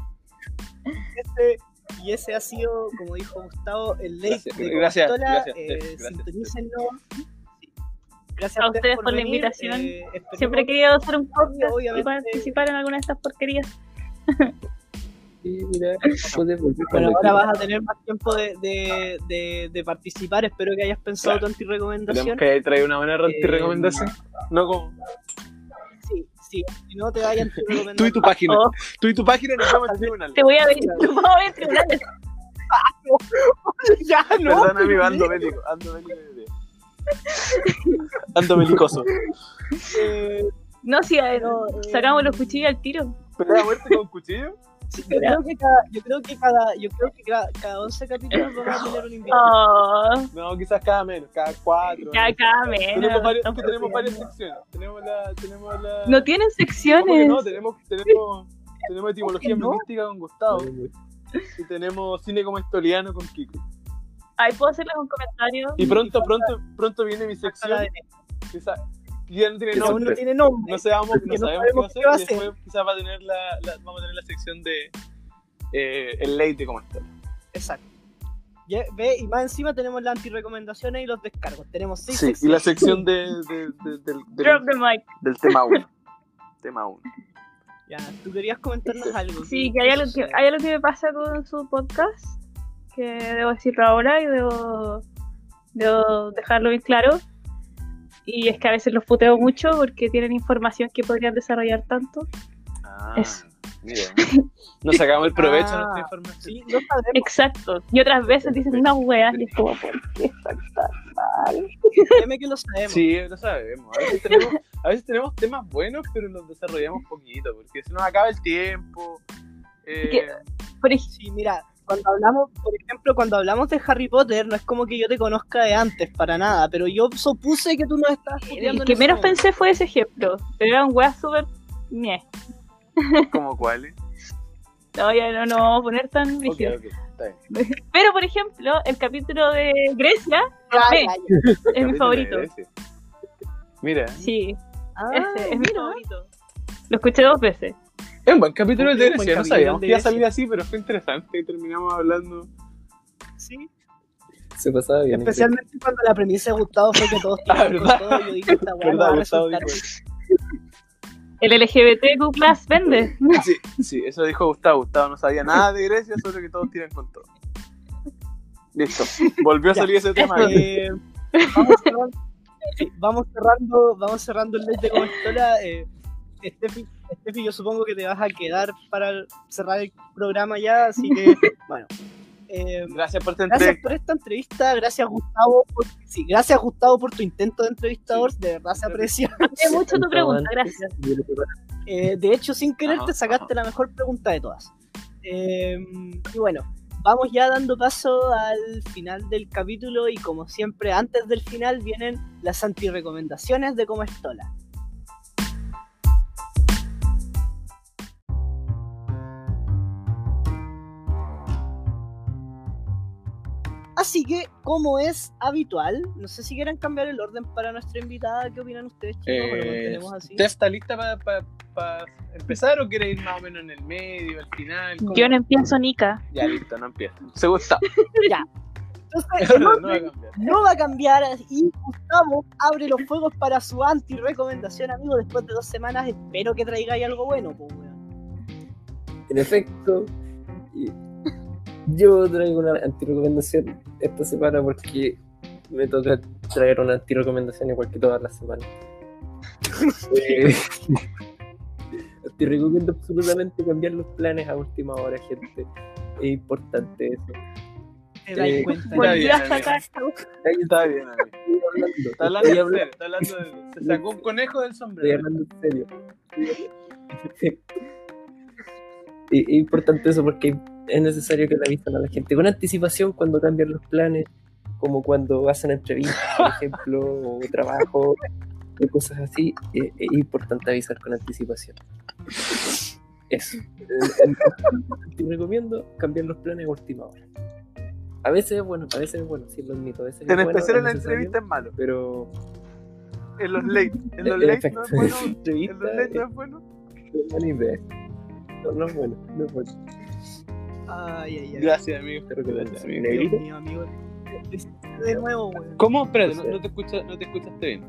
Este- y ese ha sido, como dijo Gustavo, el late Gracias, de gracias, Costola. gracias, Eh, gracias. sintonícenlo. Sí. Gracias A ustedes por la venir. invitación. Eh, esperemos- Siempre he querido hacer un podcast y Obviamente. participar en alguna de estas porquerías. Sí, mira, puedes volver Bueno, cuando ahora quieras. vas a tener más tiempo de, de- de- de participar. Espero que hayas pensado Claro. tu antirecomendación. Tenemos que traer una buena Eh, recomendación. No como. Sí, sí. Si no te <laughs> vayan antirrecomendar. Tú y <laughs> tu página. Oh. Tú y tu página nos vamos al tribunal. Te voy a ver, <laughs> te voy a ver en tribunales. ya, no. pues, eh, Perdona, amigo, ando bélico. Ando bélico. de idea. Ando belicoso. Eh, No, si eh, No, eh. sacamos los cuchillos al tiro. ¿Pelea a muerte con cuchillo? sí, yo, creo que cada, yo creo que cada, yo creo que cada, cada 11 capítulos <laughs> vamos a tener un invitado. Oh, No, quizás cada menos, cada cuatro. ya cada menos. Tenemos varias, Estamos que tenemos varias estudiando. secciones. Tenemos la. Tenemos la... No tienen ¿Cómo que secciones. no? Tenemos, tenemos, tenemos etimología ¿Cómo que no? lingüística con Gustavo y tenemos cine como historiano con Kiko. Ahí puedo hacerles un comentario. Y pronto, pronto, pronto viene mi sección. Quizá, que ya no tiene Que aún nombre. no tiene nombre. No sabemos, no que no sabemos sabemos qué qué va a va a ser. Y después quizás va a tener la, la- vamos a tener la sección de eh, el late de cómo está. Exacto. Ya, ve, y más encima tenemos las antirecomendaciones y los descargos. Tenemos seis Sí, y la secciones. sección de, de- de- del, Drop del, the mic. del tema 1. tema 1. Ya, tú querías comentarnos algo. ¿Qué- Sí, que qué hay algo que, sucede? hay algo que me pasa con su podcast, que debo decirlo ahora y debo, debo dejarlo bien claro. Y es que a veces los puteo mucho porque tienen información que podrían desarrollar tanto. Ah, Eso. mira. Nos sacamos el provecho de nuestra Ah, información. Sí, no sabemos. Exacto. Y otras veces dicen Este, unas weas y es <laughs> como, ¿por qué están tan mal? Créeme que lo sabemos. Sí, lo sabemos. A veces tenemos, a veces tenemos temas buenos, pero los desarrollamos poquito, porque se nos acaba el tiempo. eh, Que- Por ej- Sí, mira, cuando hablamos, por ejemplo, cuando hablamos de Harry Potter, no es como que yo te conozca de antes para nada, pero yo supuse que tú no estabas estudiando. el que menos pensé fue ese ejemplo. Pero eran weas súper. Mie. ¿Como <laughs> cuáles? No, ya no nos vamos a poner tan Ok, rígidos. ok, está bien. Pero, por ejemplo, el capítulo de Grecia Ay, Ve. ay, es mi Capítulo favorito. de ese. Mira, Sí, ay. Ah, ese Ay, es mi Ah, mira. favorito. Lo escuché dos veces. es un buen capítulo el de Es un buen Grecia, no capítulo sabíamos el de que iba a Grecia. salir así, pero fue interesante y terminamos hablando. Sí, Se pasaba bien. especialmente cuando la premisa de Gustavo fue que <laughs> todos tienen verdad. todo, yo dije, esta weá no va ¿Verdad, a Gustavo? resultar. <laughs> Dijo- El LGBTQ vende. <laughs> Sí, sí, eso dijo Gustavo. Gustavo no sabía nada de Grecia, solo que todos tiran con todo. Listo, volvió a Ya. salir ese tema. Eh, vamos, cerrando, sí, vamos cerrando, vamos cerrando el lente con pistola. Eh, Estefi, Estefi, yo supongo que te vas a quedar para el- cerrar el programa ya, así <laughs> que bueno. Eh, Gracias por tu gracias entrevista. por esta entrevista, gracias Gustavo, por, sí, gracias Gustavo por tu intento de entrevistador, de verdad se aprecia. Es mucho tu pregunta, gracias. Eh, de hecho, sin querer Ajá, te sacaste la mejor pregunta de todas. Eh, y bueno, vamos ya dando paso al final del capítulo y como siempre, antes del final vienen las antirecomendaciones de Como Estola. Así que, como es habitual, no sé si quieren cambiar el orden para nuestra invitada. ¿Qué opinan ustedes, chicos? ¿O lo Eh, mantenemos así? <laughs> ¿Steph está lista para empezar o quiere ir más o menos en el medio, al final? ¿Cómo? Yo no empiezo Nica. Ya, listo, no empieza. Se gusta. Entonces, el <laughs> no va a orden cambiar. no va a cambiar y Gustavo abre los fuegos para su anti-recomendación, amigo. Después de dos semanas, espero que traigáis algo bueno, pues, weón. En efecto, y- yo traigo una antirecomendación esta semana porque me toca traer una antirecomendación igual que todas las <laughs> semanas. Eh, <laughs> te recomiendo absolutamente cambiar los planes a última hora, gente. Es importante eso. Te dais Eh, cuenta. Está Volví bien, a sacar. este Está bien, amigo. Estoy hablando, Está hablando estoy en hablando- serio, está hablando de- Se sacó un conejo del Estoy sombrero. hablando en serio. Y- Es importante eso porque es necesario que le avisan a la gente con anticipación cuando cambian los planes, como cuando hacen entrevistas, por ejemplo, o trabajo, o cosas así. Eh, Es importante avisar con anticipación. Eso. Eh, <laughs> Te recomiendo cambiar los planes a última hora. A veces es bueno, a veces es bueno, sí lo admito. A veces es En bueno, especial es en la necesario, entrevista es malo. Pero En los late. En los En late no efecto, es bueno. en En los entrevista late no es bueno. es buena idea. No, no es bueno, no es bueno. Ay, ay, ay. Gracias, amigo. Te recomiendo. Dios mío, amigo. De nuevo, weón. ¿Cómo? Espérate, no, no te escuchas, no te escuchaste bien.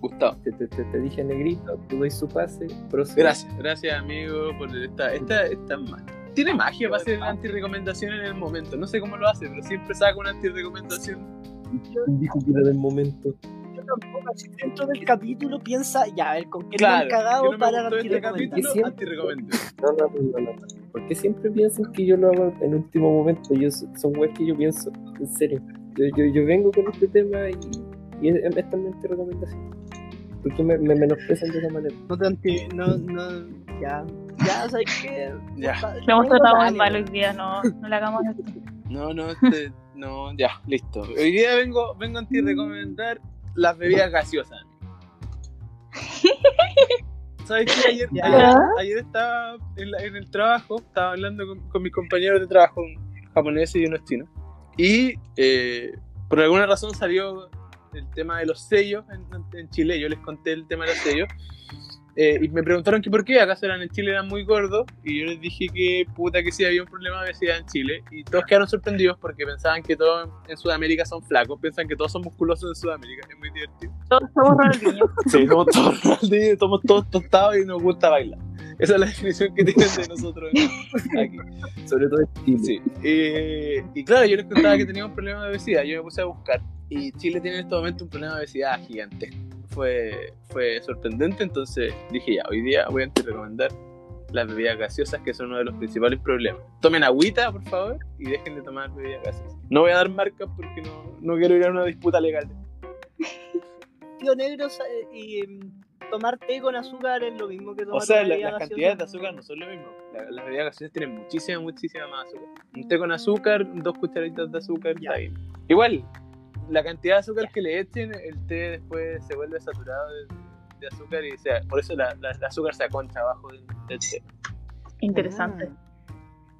Gustavo. Te, te- te- te dije negrito, te doy su pase, procede. Gracias, gracias amigo por esta, esta, esta ma- tiene magia para hacer antirecomendación en el momento. No sé cómo lo hace, pero siempre saca una antirecomendación. Dijo que era del momento. Yo tampoco, si dentro del capítulo piensa, ya, a ver, ¿con qué Claro, te han cagado que no me para gustó este anti-recomendar? Sí, sí. capítulo, antirrecomendé. No, no, no, no, no. Porque siempre piensan que yo lo hago en último momento. Yo, son weas que yo pienso, en serio. Yo, yo, yo vengo con este tema y, y es- esta es mi recomendación. Porque me, me menosprecian de esa manera. No te anti... No, no, ya. Ya, ¿sabes qué? Ya. Lo hemos tratado muy Dale, mal hoy weón. día, no, no le hagamos esto. No, no, este- no, ya, listo. Hoy día vengo, vengo a antirrecomendar las bebidas gaseosas. ¿Sabes qué? Ayer, Ya. ayer, ayer estaba en, la- en el trabajo, estaba hablando con, con mis compañeros de trabajo, un japonés y unos chinos. Y eh, por alguna razón salió el tema de los sellos en, en Chile. Yo les conté el tema de los sellos. Eh, y me preguntaron que por qué, acaso eran en Chile, eran muy gordos. Y yo les dije que puta que sí había un problema de obesidad en Chile. Y todos quedaron sorprendidos porque pensaban que todos en Sudamérica son flacos. Piensan que todos son musculosos en Sudamérica. Es muy divertido. Todos somos Ronaldinho. Sí, somos todos Ronaldinho, somos todos tostados y nos gusta bailar. Esa es la definición que tienen de nosotros aquí. Sobre todo en Chile. Sí. Eh, y claro, yo les contaba que tenía un problema de obesidad. Yo me puse a buscar. Y Chile tiene en este momento un problema de obesidad gigante. Fue, fue sorprendente. Entonces dije, ya, hoy día voy a te recomendar las bebidas gaseosas, que son uno de los principales problemas. Tomen agüita, por favor, y dejen de tomar bebidas gaseosas. No voy a dar marcas porque no, no quiero ir a una disputa legal. tío negro sa- eh, y em, tomar té con azúcar es lo mismo que tomar O sea, una la- bebida las gaseosa. cantidades de azúcar no son lo mismo. La- las bebidas gaseosas tienen muchísima, muchísima más azúcar. Un té con azúcar, dos cucharaditas de azúcar, Ya. está bien. Igual, la cantidad de azúcar que le echen, el té después se vuelve saturado de, de azúcar y o sea, por eso la, la- el azúcar se aconcha abajo del, del té. Interesante. Ah.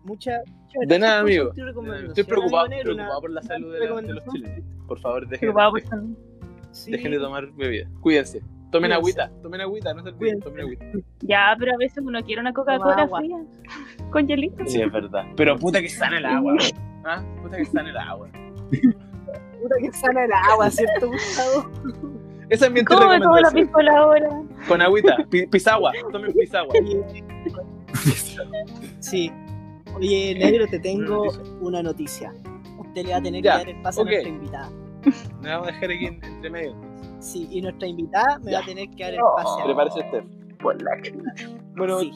Mucha, muchas De nada, gracias por amigo. su recomendación, Eh, Estoy preocupado, amigo negro, preocupado una- por la una salud de, la- de los recomendación. chilenos. Por favor, dejen, Pero vamos dejen- a- Sí. dejen de tomar bebidas. Cuídense. Tomen Cuídense. agüita, tomen agüita, no se olviden, Cuídense. tomen agüita. Ya, pero a veces uno quiere una Toma Coca-Cola agua. fría con hielito. Sí, es verdad. Pero puta que sana el agua. Ah, puta que sana el agua. Puta que sana el agua, ¿cierto, <laughs> Gustavo? Esa es mi ¿Cómo me tomo la recomendación. piscola ahora? Con <laughs> agüita, pi- pisagua, tomen pisagua. Sí. Oye, negro, te tengo una noticia. Usted le va a tener Ya, que dar el pase ok. a nuestra invitada. Me vamos a dejar aquí en- entre medio. Sí, y nuestra invitada me Ya. Oh. va a tener que dar el No. pase. a- Prepárese Steph. Por la chucha. Bueno, Sí.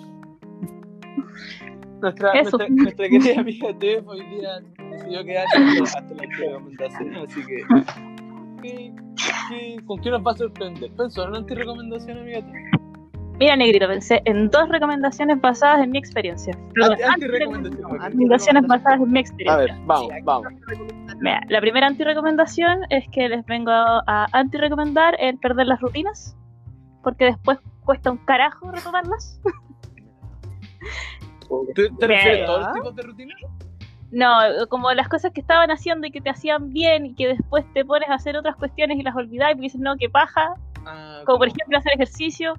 nuestra, Eso. nuestra, nuestra querida amiga Steph hoy día decidió quedarse hasta hasta la recomendación, así que... ¿qué- qué- con qué nos va a sorprender? ¿Pensó en una antirecomendación, amiga? Steph? Mira, Negrito, pensé en dos recomendaciones basadas en mi experiencia. Perdón, Anti- antirecomendación. ok. Recomendaciones basadas en mi A experiencia. ver, vamos, vamos. Mira, la primera antirecomendación es que les vengo a antirecomendar el perder las rutinas, porque después cuesta un carajo retomarlas. <laughs> ¿Tú te refieres Mira. a todos los tipos de rutinas? No, como las cosas que estaban haciendo y que te hacían bien y que después te pones a hacer otras cuestiones y las olvidáis porque dices, no, qué paja. Ah, Como por ejemplo hacer ejercicio.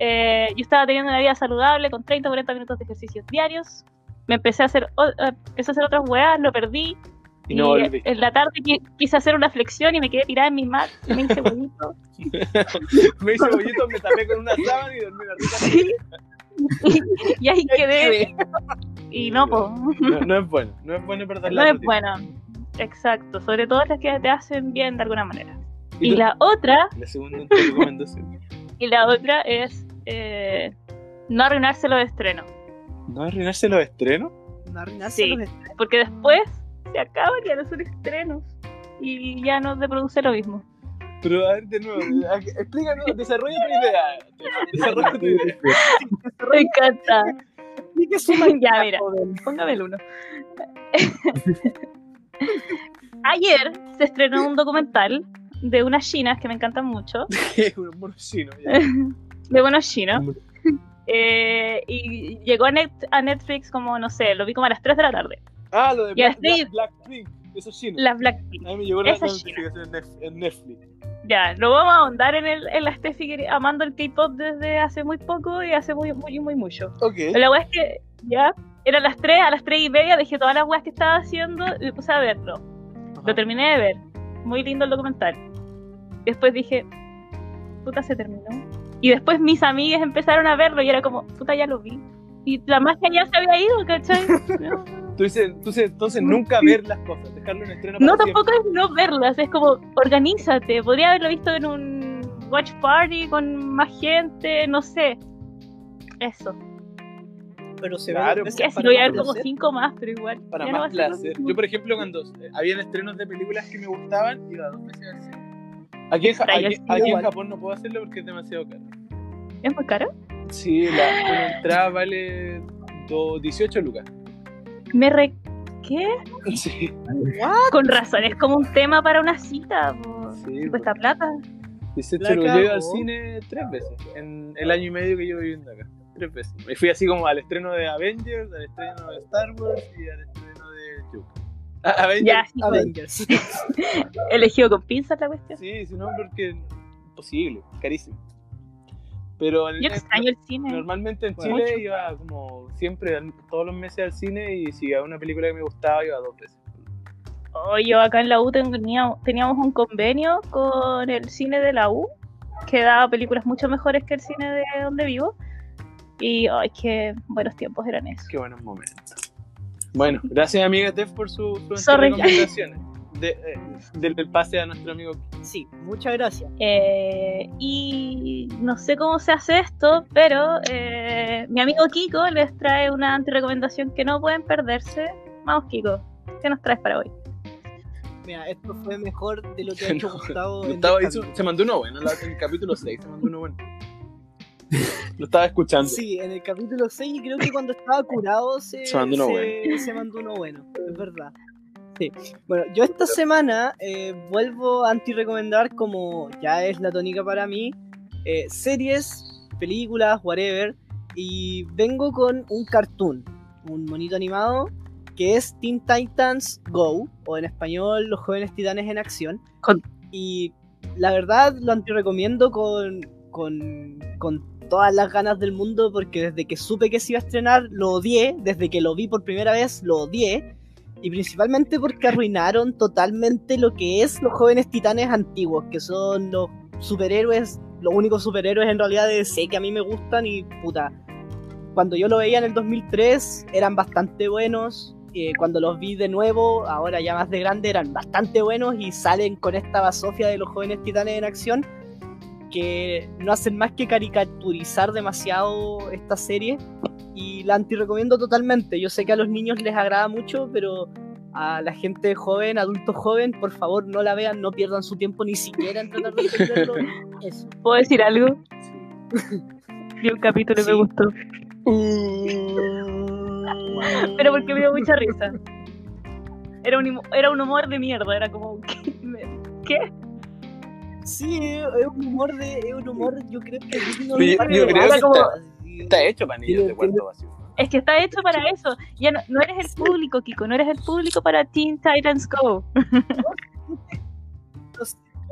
Eh, yo estaba teniendo una vida saludable con 30 o 40 minutos de ejercicios diarios. Me empecé a hacer, o- eh, empecé a hacer otras weas, lo perdí. Y no Y, eh, volví. en la tarde qui- quise hacer una flexión y me quedé tirada en mi mat y me hice bonito. Me hice bollito, me tapé con una sábana y dormí la rica. Sí. Y, <laughs> y ahí quedé. Y no, po. No, no es bueno, no es bueno perder No la es rutina. bueno. Exacto. Sobre todo las que te hacen bien de alguna manera. ¿Y Y tú? la otra, La segunda <laughs> recomendación. y la otra es eh, no arruinarse los estrenos. ¿No arruinarse los estrenos? No arruinarse Sí. los estrenos. Porque después se acaban ya no son estrenos. Y ya no se produce lo mismo. Pero a ver, de nuevo, a- explícanos, desarrolla tu idea. Desarrolla <laughs> tu idea. <laughs> Me encanta. Ni que suma <laughs> ya, mira. joven. Póngame el uno. <laughs> Ayer se estrenó un documental de unas chinas que me encantan mucho, <laughs> Es un mono chino. ya. de buenos chinos. Eh, y llegó a, Net- a Netflix como, no sé, lo vi como a las 3 de la tarde. <laughs> Ah, lo de Y Black, así- Black- Blackpink. Eso es chino. Las Blackpink. A mí me llegó la Esa es notificación en Nef- en Netflix. Ya, lo vamos a ahondar en, el, en la Steffi que- amando el K-pop desde hace muy poco y hace muy, muy, muy mucho. Ok. La weá es que ya eran las 3, a las 3 y media dejé todas las weas que estaba haciendo y me puse a verlo. Lo terminé de ver. Muy lindo el documental. Después dije, puta, se terminó. Y después mis amigas empezaron a verlo y era como, puta, ya lo vi. Y la magia ya se había ido, <laughs> ¿cachai? No, Tú dices, tú dices, entonces nunca ver las cosas, dejarlo en estreno No, para siempre. tampoco es no verlas, es como, organízate. Podría haberlo visto en un watch party con más gente, no sé. Eso. Pero se Claro, ve. porque Ya, si lo voy a ver como cinco más, pero igual. Para ya no va más a ser lo placer. mismo. Yo, por ejemplo, cuando eh, habían estrenos de películas que me gustaban, iba dos veces al cine. Aquí en, Ja- Trailer, aquí- sí, aquí en igual. Japón no puedo hacerlo porque es demasiado caro. ¿Es muy caro? Sí, la, una entrada vale do- 18 lucas. Me re... ¿Qué? Sí, Con razón, es como un tema para una cita. po. sí. Cuesta plata. 18 La pues, lucas. Yo he ido al cagó. cine tres veces en el año y medio que llevo viviendo acá. Tres veces. Me fui así como al estreno de Avengers, al estreno de Star Wars y al estreno de Chuck. Ah, Ya, <laughs> Avengers. sí, Avengers. <laughs> pues, elegido con pinzas la cuestión. Sí, si no, porque imposible, carísimo. Pero en- Yo extraño el cine. Normalmente en Bueno. Chile iba como siempre, al- todos los meses al cine y si había una película que me gustaba iba dos veces. Oh, yo acá en la U tenía- teníamos un convenio con el cine de la U, que daba películas mucho mejores que el cine de donde vivo. Y ay, qué buenos tiempos eran esos. Qué buenos momentos. Bueno, gracias amiga Tef por sus su Sorry. recomendaciones. De, eh, del, del pase a nuestro amigo. Sí, muchas gracias. Eh, y no sé cómo se hace esto, pero eh, mi amigo Kiko les trae una antirecomendación que no pueden perderse. Vamos, Kiko, ¿qué nos traes para hoy? Mira, esto fue mejor de lo que ha hecho Gustavo. en Gustavo Descarte. hizo- se mandó uno bueno, la- en el capítulo 6 se mandó uno bueno. Lo estaba escuchando. Sí, en el capítulo 6 y creo que cuando estaba <laughs> curado se, Se mandó uno se- bueno. se mandó uno bueno, es verdad. Sí. Bueno, yo esta semana eh, vuelvo a anti-recomendar, como ya es la tónica para mí, eh, series, películas, whatever, y vengo con un cartoon, un monito animado, que es Teen Titans Go, o en español Los Jóvenes Titanes en Acción. Con- Y la verdad lo anti-recomiendo con, con, con todas las ganas del mundo porque desde que supe que se iba a estrenar lo odié, desde que lo vi por primera vez lo odié y principalmente porque arruinaron totalmente lo que es los jóvenes titanes antiguos, que son los superhéroes, los únicos superhéroes en realidad de DC que a mí me gustan y puta. Cuando yo lo veía en el 2003 eran bastante buenos, eh, cuando los vi de nuevo, ahora ya más de grande, eran bastante buenos y salen con esta basofia de los jóvenes titanes en acción que no hacen más que caricaturizar demasiado esta serie y la antirecomiendo totalmente. Yo sé que a los niños les agrada mucho, pero a la gente joven, adulto joven, por favor no la vean, no pierdan su tiempo ni siquiera en tratar de <laughs> entenderlo. Eso. ¿Puedo decir algo? <laughs> Vi un capítulo y Sí. me gustó. Pero porque me dio mucha risa. Era un, humo- era un humor de mierda, era como... ¿qué? Me- Sí, es un humor de, es un humor, yo creo que digno Pero de yo- parte yo de creo que adultos. Está hecho para niños de Tiene- cuarto vacío. Es que está hecho para eso. Ya no, no eres el público, Kiko, no eres el público para Teen Titans Go. Yo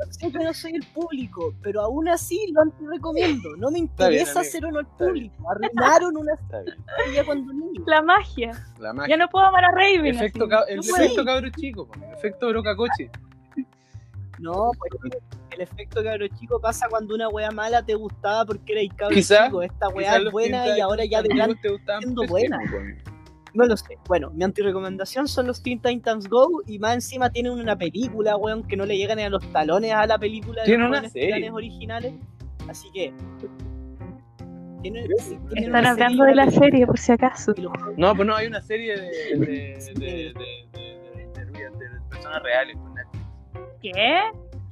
sé que no soy el público, pero aún así lo antirecomiendo. No me Está bien, interesa amigo. ser o no el bien. público. Arruinaron una Está bien. serie cuando niño. La magia. La magia. Ya no puedo amar a Raven. efecto, así. ca- el No puedo. efecto cabro chico, po, el efecto brocacoche. No, pues el efecto cabro chico pasa cuando una wea mala te gustaba porque erais cabro Quizá- chico. Esta wea Quizás es los buena Teen y ahora ya de Titans grande antiguos te gustaban siendo por buena. ese tiempo, no lo sé. Bueno, mi antirecomendación son los Teen Titans Go y más encima tienen una película, weón, que no le llegan ni a los talones a la película de Tienen los una jóvenes serie. titanes originales. Así que. Tienen, tienen Están una hablando y de una la película serie, por si acaso. y los jóvenes- No, pues no, hay una serie de, de, de, de, de- de- de- de- de personas reales. po, Nacho. ¿Qué?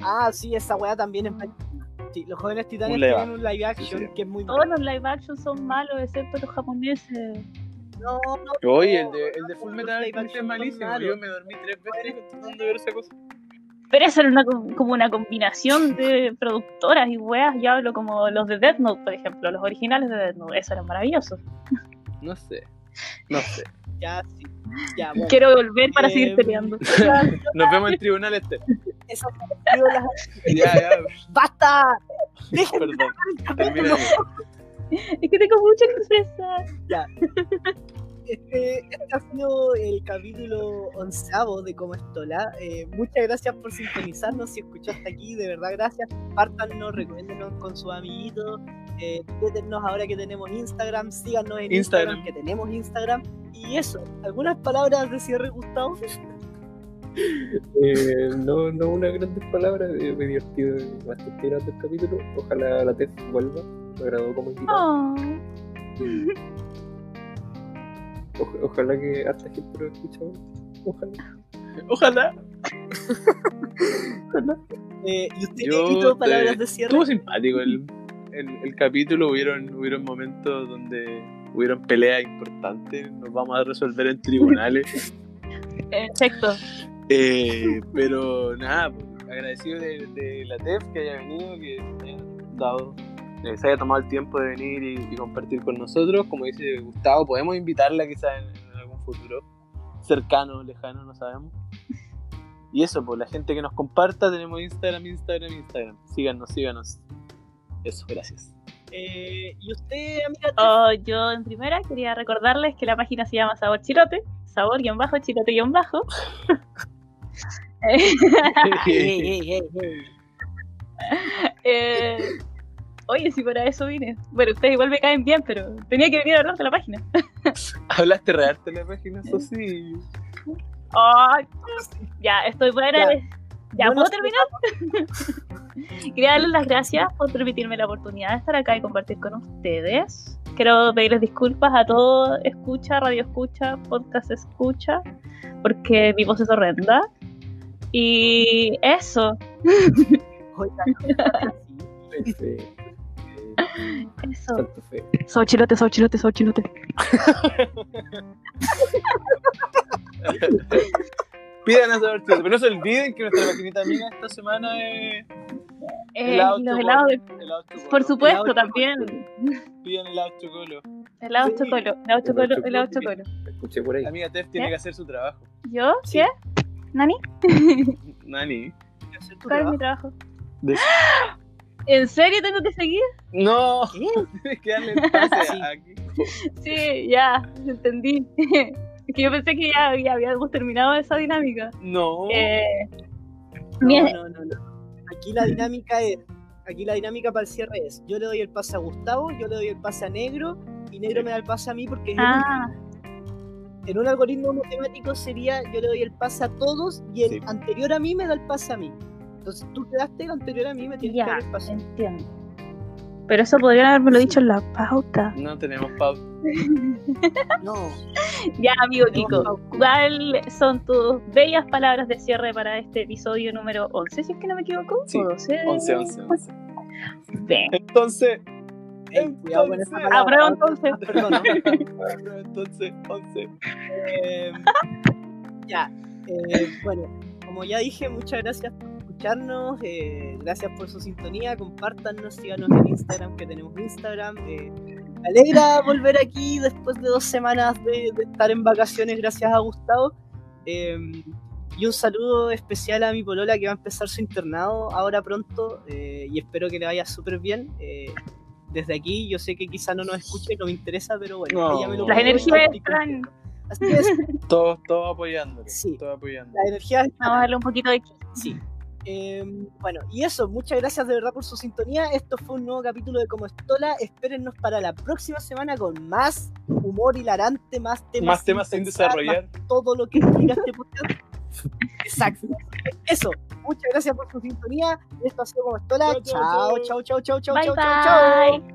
Ah, sí, esa wea también es mal- Sí, los jóvenes titanes Un live tienen un live action Sí, sí. que es muy malo. Todos los live action son malos, excepto los japoneses. No, no, Oye, el no, de, el no, de Full los Metal live Alchemist es action son malísimo. malos. Yo me dormí tres veces intentando ver esa cosa. Pero eso era una, com- como una combinación de productoras y weas. Yo hablo como los de Death Note, por ejemplo, los originales de Death Note. Eso era maravilloso. No sé. No sé. Ya, sí. <laughs> Ya, Ah, bueno. Quiero volver para seguir Em, peleando. <laughs> Nos vemos en tribunal este. Esas películas- <laughs> Ya, ya. ¡Basta! Perdón. <laughs> Termina. amigo. Es que tengo mucho que expresar. Este, este ha sido el capítulo onceavo de Como Estola. Eh, muchas gracias por sintonizarnos. Si escuchaste aquí, de verdad, gracias. Compártanos, recomiéndenos con sus amiguitos. Eh, etiquétennos ahora que tenemos Instagram. Síganos en Instagram, Instagram. que tenemos Instagram. Y eso, algunas palabras de cierre, Gustavo. Eh, no, no unas grandes palabras, eh, me divertí bastante grato el capítulo. Ojalá la Tef vuelva, me agradó como invitada. Oh, Oj- ojalá que hasta gente lo escuche ahora. Ojalá. Ojalá. Eh, y usted, Yo Tito, palabras te- de cierre. Estuvo simpático el, el, el capítulo. Hubieron, hubieron momentos donde hubieron peleas importantes. Nos vamos a resolver en tribunales. Exacto. Eh, pero nada, pues, agradecido de, de la TEF que haya venido, que haya dado, eh, se haya tomado el tiempo de venir y, y compartir con nosotros. Como dice Gustavo, podemos invitarla quizás en, en algún futuro cercano, lejano, no sabemos. Y eso, pues la gente que nos comparta, tenemos Instagram, Instagram, Instagram. Síganos, síganos. Eso, gracias. Eh, y usted, amiga, Oh, yo en primera quería recordarles que la página se llama Sabor Chilote. Sabor-bajo, <laughs> chilote-bajo. Ey, ey, ey, ey. Eh, oye, si para eso vine. Bueno, ustedes igual me caen bien, pero tenía que venir a hablar de la página. <laughs> Hablaste rearte la página, eso sí. Ay, ya, estoy buena. Ya. Ya, ¿Ya Bueno, puedo terminar. <laughs> Quería darles las gracias por permitirme la oportunidad de estar acá y compartir con ustedes. Quiero pedirles disculpas a todo escucha, radio escucha, podcast escucha, porque mi voz es horrenda. Y eso, Oiga, Fe, eso. Oh. tanto Este, eh, fe. Soy chilote, soy chilote, soy chilote. Pidan a saber Pero no se olviden que nuestra maquinita amiga esta semana es Eh, helado y los chocolo, helados, de- helado chocolo. por supuesto, helado también. Pidan helado chocolo. Helados Sí. chocolo, helados chocolo, chocolo. helados chocolo. Escuché por ahí. Amiga Tef tiene ¿Qué? que hacer su trabajo. ¿Yo? Sí. ¿Qué? ¿Nani? Nani. hacer tu ¿Cuál es mi trabajo. trabajo? De- <gasps> ¿En serio tengo que seguir? No, ¿Qué? tienes que darle el pase Sí. a aquí. Sí, ya, entendí. <laughs> Es que yo pensé que ya, ya habíamos terminado esa dinámica. No. Eh, mi- No, no, no, no. Aquí la dinámica es. Aquí la dinámica para el cierre es: yo le doy el pase a Gustavo, yo le doy el pase a Negro, y Negro me da el pase a mí porque es el Ah, En un algoritmo matemático sería yo le doy el pase a todos y el Sí. anterior a mí me da el pase a mí. Entonces tú te daste el anterior a mí me tienes Ya. que dar el pase. a mí. entiendo. Pero eso podrían haberme lo dicho en la pauta. No tenemos pausa. No, Ya, amigo Tenemos Kiko, ¿cuáles Eh, son tus bellas palabras de cierre para este episodio número 11, si es que no me equivoco? Sí, ¿O 12? 11, 11, 11. Ven. Entonces, Ey, cuidado con esa Entonces- palabra. Habrá entonces. Ah, perdón. <laughs> entonces, 11. Eh, <laughs> ya. eh, bueno, como ya dije, muchas gracias por escucharnos. eh, gracias por su sintonía. Compártanos, síganos en Instagram, que tenemos Instagram. eh, me alegra volver aquí después de dos semanas de, de estar en vacaciones, gracias a Gustavo. Eh, y un saludo especial a mi polola que va a empezar su internado ahora pronto eh, y espero que le vaya súper bien. eh, desde aquí, yo sé que quizá no nos escuche, no me interesa, pero bueno, No. ella me lo Las pidió y energías yo estoy están. contento. Así es, Todos, todos apoyándolo. Sí. Todos apoyándolo. la energía es Vamos a darle un poquito de... Sí. Eh, bueno, y eso, muchas gracias de verdad por su sintonía. Esto fue un nuevo capítulo de Como Estola. Espérennos para la próxima semana con más humor hilarante, más temas, Más temas sin pensar, desarrollar. más todo lo que implica este podcast. Exacto. Eso, muchas gracias por su sintonía. Esto ha sido Como Estola. Chao, Chao, chao, chao, chao, chao, chao, Bye, chao, chao. bye.